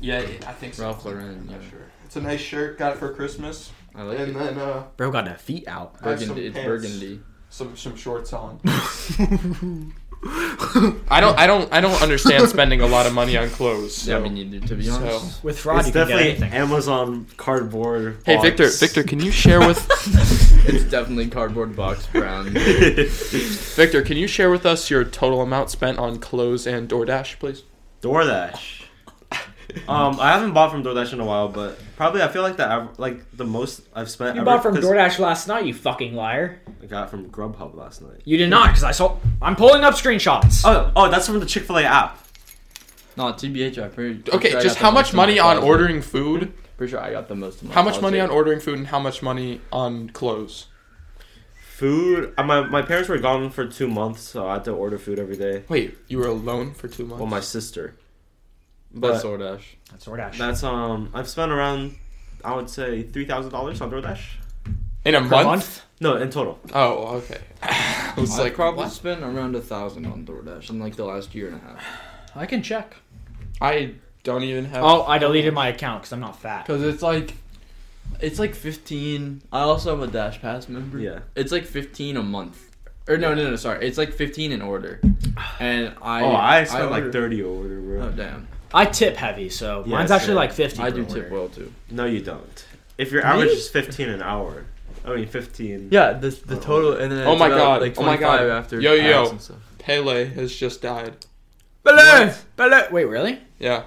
A: Yeah, I think so.
C: Ralph Lauren. Yeah.
A: It's a nice shirt. Got it for Christmas.
C: I like
A: and
C: it.
A: then uh,
D: Bro got that feet out.
A: I have some
C: Burgundy. It's
A: pants.
C: burgundy.
A: some some shorts
C: <laughs>
A: on. I don't I don't I don't understand spending a lot of money on clothes.
C: yeah, I
A: so-
C: mean, you do, to be
A: so-
C: honest.
A: <laughs>
D: With fraud,
B: it's
D: you can get
B: definitely
D: anything.
B: Amazon cardboard.
A: Hey
B: box.
A: Victor, Victor, can you share with
C: <laughs> It's definitely cardboard box
A: <laughs>
B: <laughs>
C: brown.
A: Victor? Can you share with us your total amount spent on clothes and DoorDash, please?
B: DoorDash. Um, I haven't bought from DoorDash in a while, but probably I feel like the aver- like the most I've spent.
D: You
B: ever-
D: bought from
B: 'cause
D: DoorDash last night, you fucking liar.
B: I got from Grubhub last night.
D: You did not, because I saw. I'm pulling up screenshots.
B: Oh, oh, that's from the Chick Fil A app.
C: no, TBH, I'm pretty. pretty
A: Okay,
C: sure I
A: just
C: got the
A: how
C: most
A: much
C: in my
A: money on
C: closet.
A: ordering food?
C: Pretty sure I got the most. In my
A: How much money on
C: closet.
A: ordering food and how much money on clothes?
B: Food. uh, My my parents were gone for two months, so I had to order food every day.
A: Wait, you were alone for two months.
B: Well, my sister.
C: That's
B: But
C: DoorDash.
D: That's DoorDash.
B: that's um, I've spent around, I would say three thousand dollars on DoorDash.
A: In a
D: Per
A: month?
B: No, in total.
A: Oh, okay. <laughs> I was
C: I
A: like,
C: probably
A: what?
C: spent around a thousand on DoorDash in like the last year and a half.
D: I can check.
A: I don't even have.
D: Oh, I deleted my account because I'm not fat.
C: Cause it's like, it's like fifteen. I also am a Dash Pass member.
B: Yeah.
C: It's like fifteen a month. Or no, no, no, sorry. It's like fifteen in order. And I.
B: oh, I spent like
C: order-
B: thirty or whatever.
C: Oh damn!
D: I tip heavy, so
B: Yeah,
D: mine's
B: sure.
D: actually like 50.
C: I
D: per
C: do
D: order.
C: tip well too.
B: No, you don't. If your average
D: Me?
B: is fifteen an hour, I mean fifteen.
C: Yeah, the the
B: total-
C: and then
A: Oh it's my about, God. like, Oh my God. 25
C: After
A: after Yo, yo. tax and Pele has just died.
D: Balloon! Balloon! Wait, really?
A: Yeah.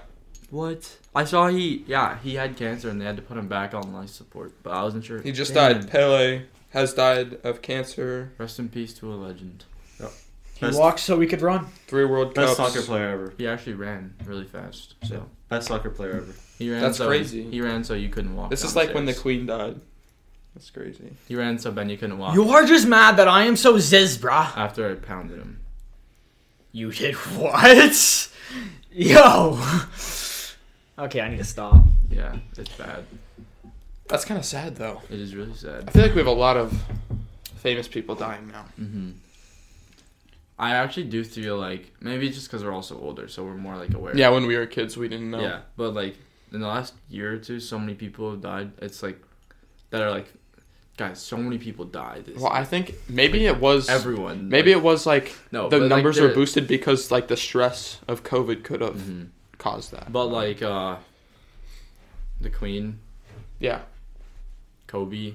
C: What? I saw he yeah he had cancer and they had to put him back on life support, but I wasn't sure.
A: He just
C: Damn.
A: died. Pele has died of cancer.
C: Rest in peace to a legend.
D: He
B: Best-
D: walked so we could run.
A: Three World
B: Best
A: Cups.
B: soccer player ever.
C: He actually ran really fast, so
B: Best soccer player ever.
C: he ran.
A: That's
C: so,
A: crazy.
C: He ran so you couldn't walk.
A: This
C: down
A: is like when the
C: stairs.
A: Queen died. That's crazy.
C: he ran so Ben you couldn't walk.
D: You are just mad that I am so ziz, brah.
C: After I pounded him.
D: You did <laughs> what? Yo! <laughs> okay, I need to stop.
C: Yeah, it's bad.
A: That's kind of sad, though.
C: It is really
A: I
C: sad.
A: feel like we have a lot of famous people dying now.
C: hmm I actually do feel like maybe it's just because we're also older, so we're more like aware.
A: Yeah, when we were kids, we didn't know.
C: Yeah, but like in the last year or two, so many people have died. It's like that are like, guys, so many people died. This
A: Well, I think maybe it was.
C: everyone.
A: Maybe
C: like,
A: it was like
C: no,
A: the
C: but, like,
A: numbers
C: they're-
A: were boosted because like the stress of COVID could have
C: Mhm.
A: caused that.
C: But like uh, the Queen,
A: yeah,
C: Kobe.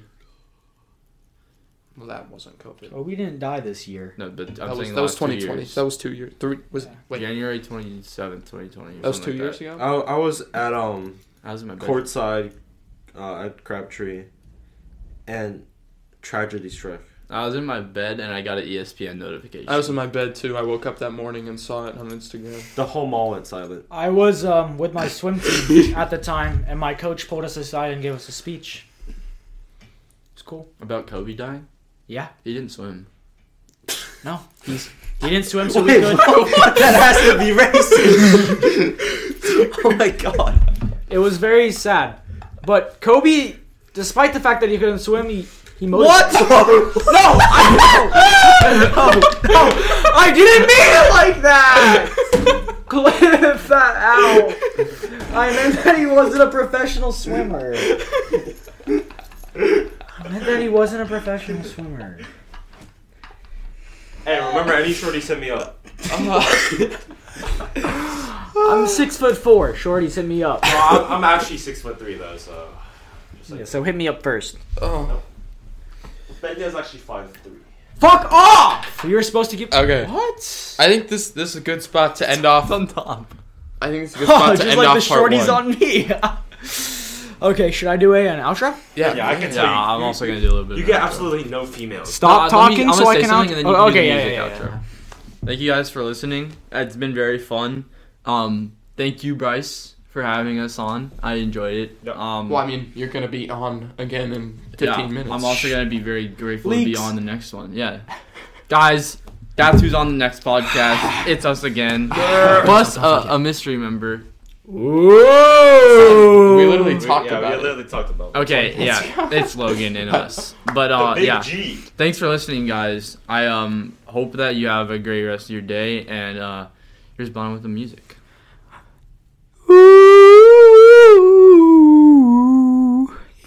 A: well, that wasn't COVID.
D: Oh, we didn't die this year.
C: No, but I'm
A: that was
C: saying
A: that was
C: last two
A: 2020.
C: years.
A: That was two years. Three was
D: Yeah.
A: wait.
C: January twenty seventh, twenty twenty.
A: that was two years ago.
B: I, I was at um
C: I was in my bed.
B: courtside uh, at Crabtree, and tragedy struck.
C: I was in my bed and I got an E ESPN notification.
A: I was in my bed too. I woke up that morning and saw it on Instagram.
B: The whole mall went silent.
D: I was um, with my swim
C: <coughs>
D: team at the time, and my coach pulled us aside and gave us a speech. It's cool.
C: about Kobe dying.
D: Yeah.
C: He didn't swim.
D: No, he's he didn't swim, so we
B: <laughs>
D: could. <laughs>
B: that has to be racist. oh my god.
D: It was very sad, but Kobe, despite the fact that he couldn't swim, he he motiv-
B: What?
D: No, I <laughs> no, no, no, I didn't mean it like <laughs> that. Cliff that out. I meant that he wasn't a professional swimmer. I meant that he wasn't a professional swimmer.
B: hey, remember any shorty set me up.
D: I'm six foot four. Shorty, hit me up.
B: Well, I'm, I'm actually six foot three though, so. Just
D: Yeah, so hit me up first.
A: Oh,
B: Benya's actually five three.
D: Fuck off! You were supposed to give.
A: okay.
D: What?
A: I think this this is a good spot to end off.
C: On top.
A: <laughs> I think it's a good
D: <laughs> Oh,
A: spot to
D: just
A: end
D: like the
A: off part
D: shorties
A: one.
D: on me. <laughs> Okay, should I do a an outro?
A: Yeah,
B: Yeah, I can
C: Yeah,
B: tell you.
C: I'm
B: you-
C: also gonna do a little bit.
B: You
C: of
B: get
C: an outro.
B: absolutely no females.
D: Stop
C: Uh, let me-
D: talking
C: I'm
D: so
C: gonna
D: I
C: say
D: can
C: something
D: out-
C: and then you
D: Oh,
C: can do
D: okay,
C: the
D: yeah,
C: music
D: yeah, yeah,
C: outro. Thank you guys for listening. It's been very fun. Um, thank you, Bryce, for having us on. I enjoyed it.
B: Yeah.
C: Um,
A: Well, I mean, you're gonna be on again in 15
C: yeah,
A: minutes.
C: I'm also gonna be very grateful to be
D: Leaks.
C: on the next one. Yeah, guys, that's who's on the next podcast. It's us again, plus a, a mystery member.
A: We
D: Whoa!
A: literally talked
B: yeah,
A: about
B: we
A: it.
B: literally talked about it.
C: Okay,
D: <laughs>
C: yeah, it's Logan and us. But
B: The
C: uh,
B: big
C: yeah.
B: G.
C: thanks for listening, guys. I um hope that you have a great rest of your day, and uh, here's Bono with the music.
D: Ooh,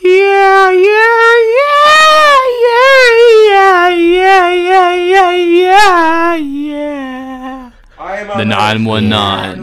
D: yeah, yeah, yeah, yeah, yeah, yeah, yeah, yeah, yeah.
B: I am
C: The nine one nine.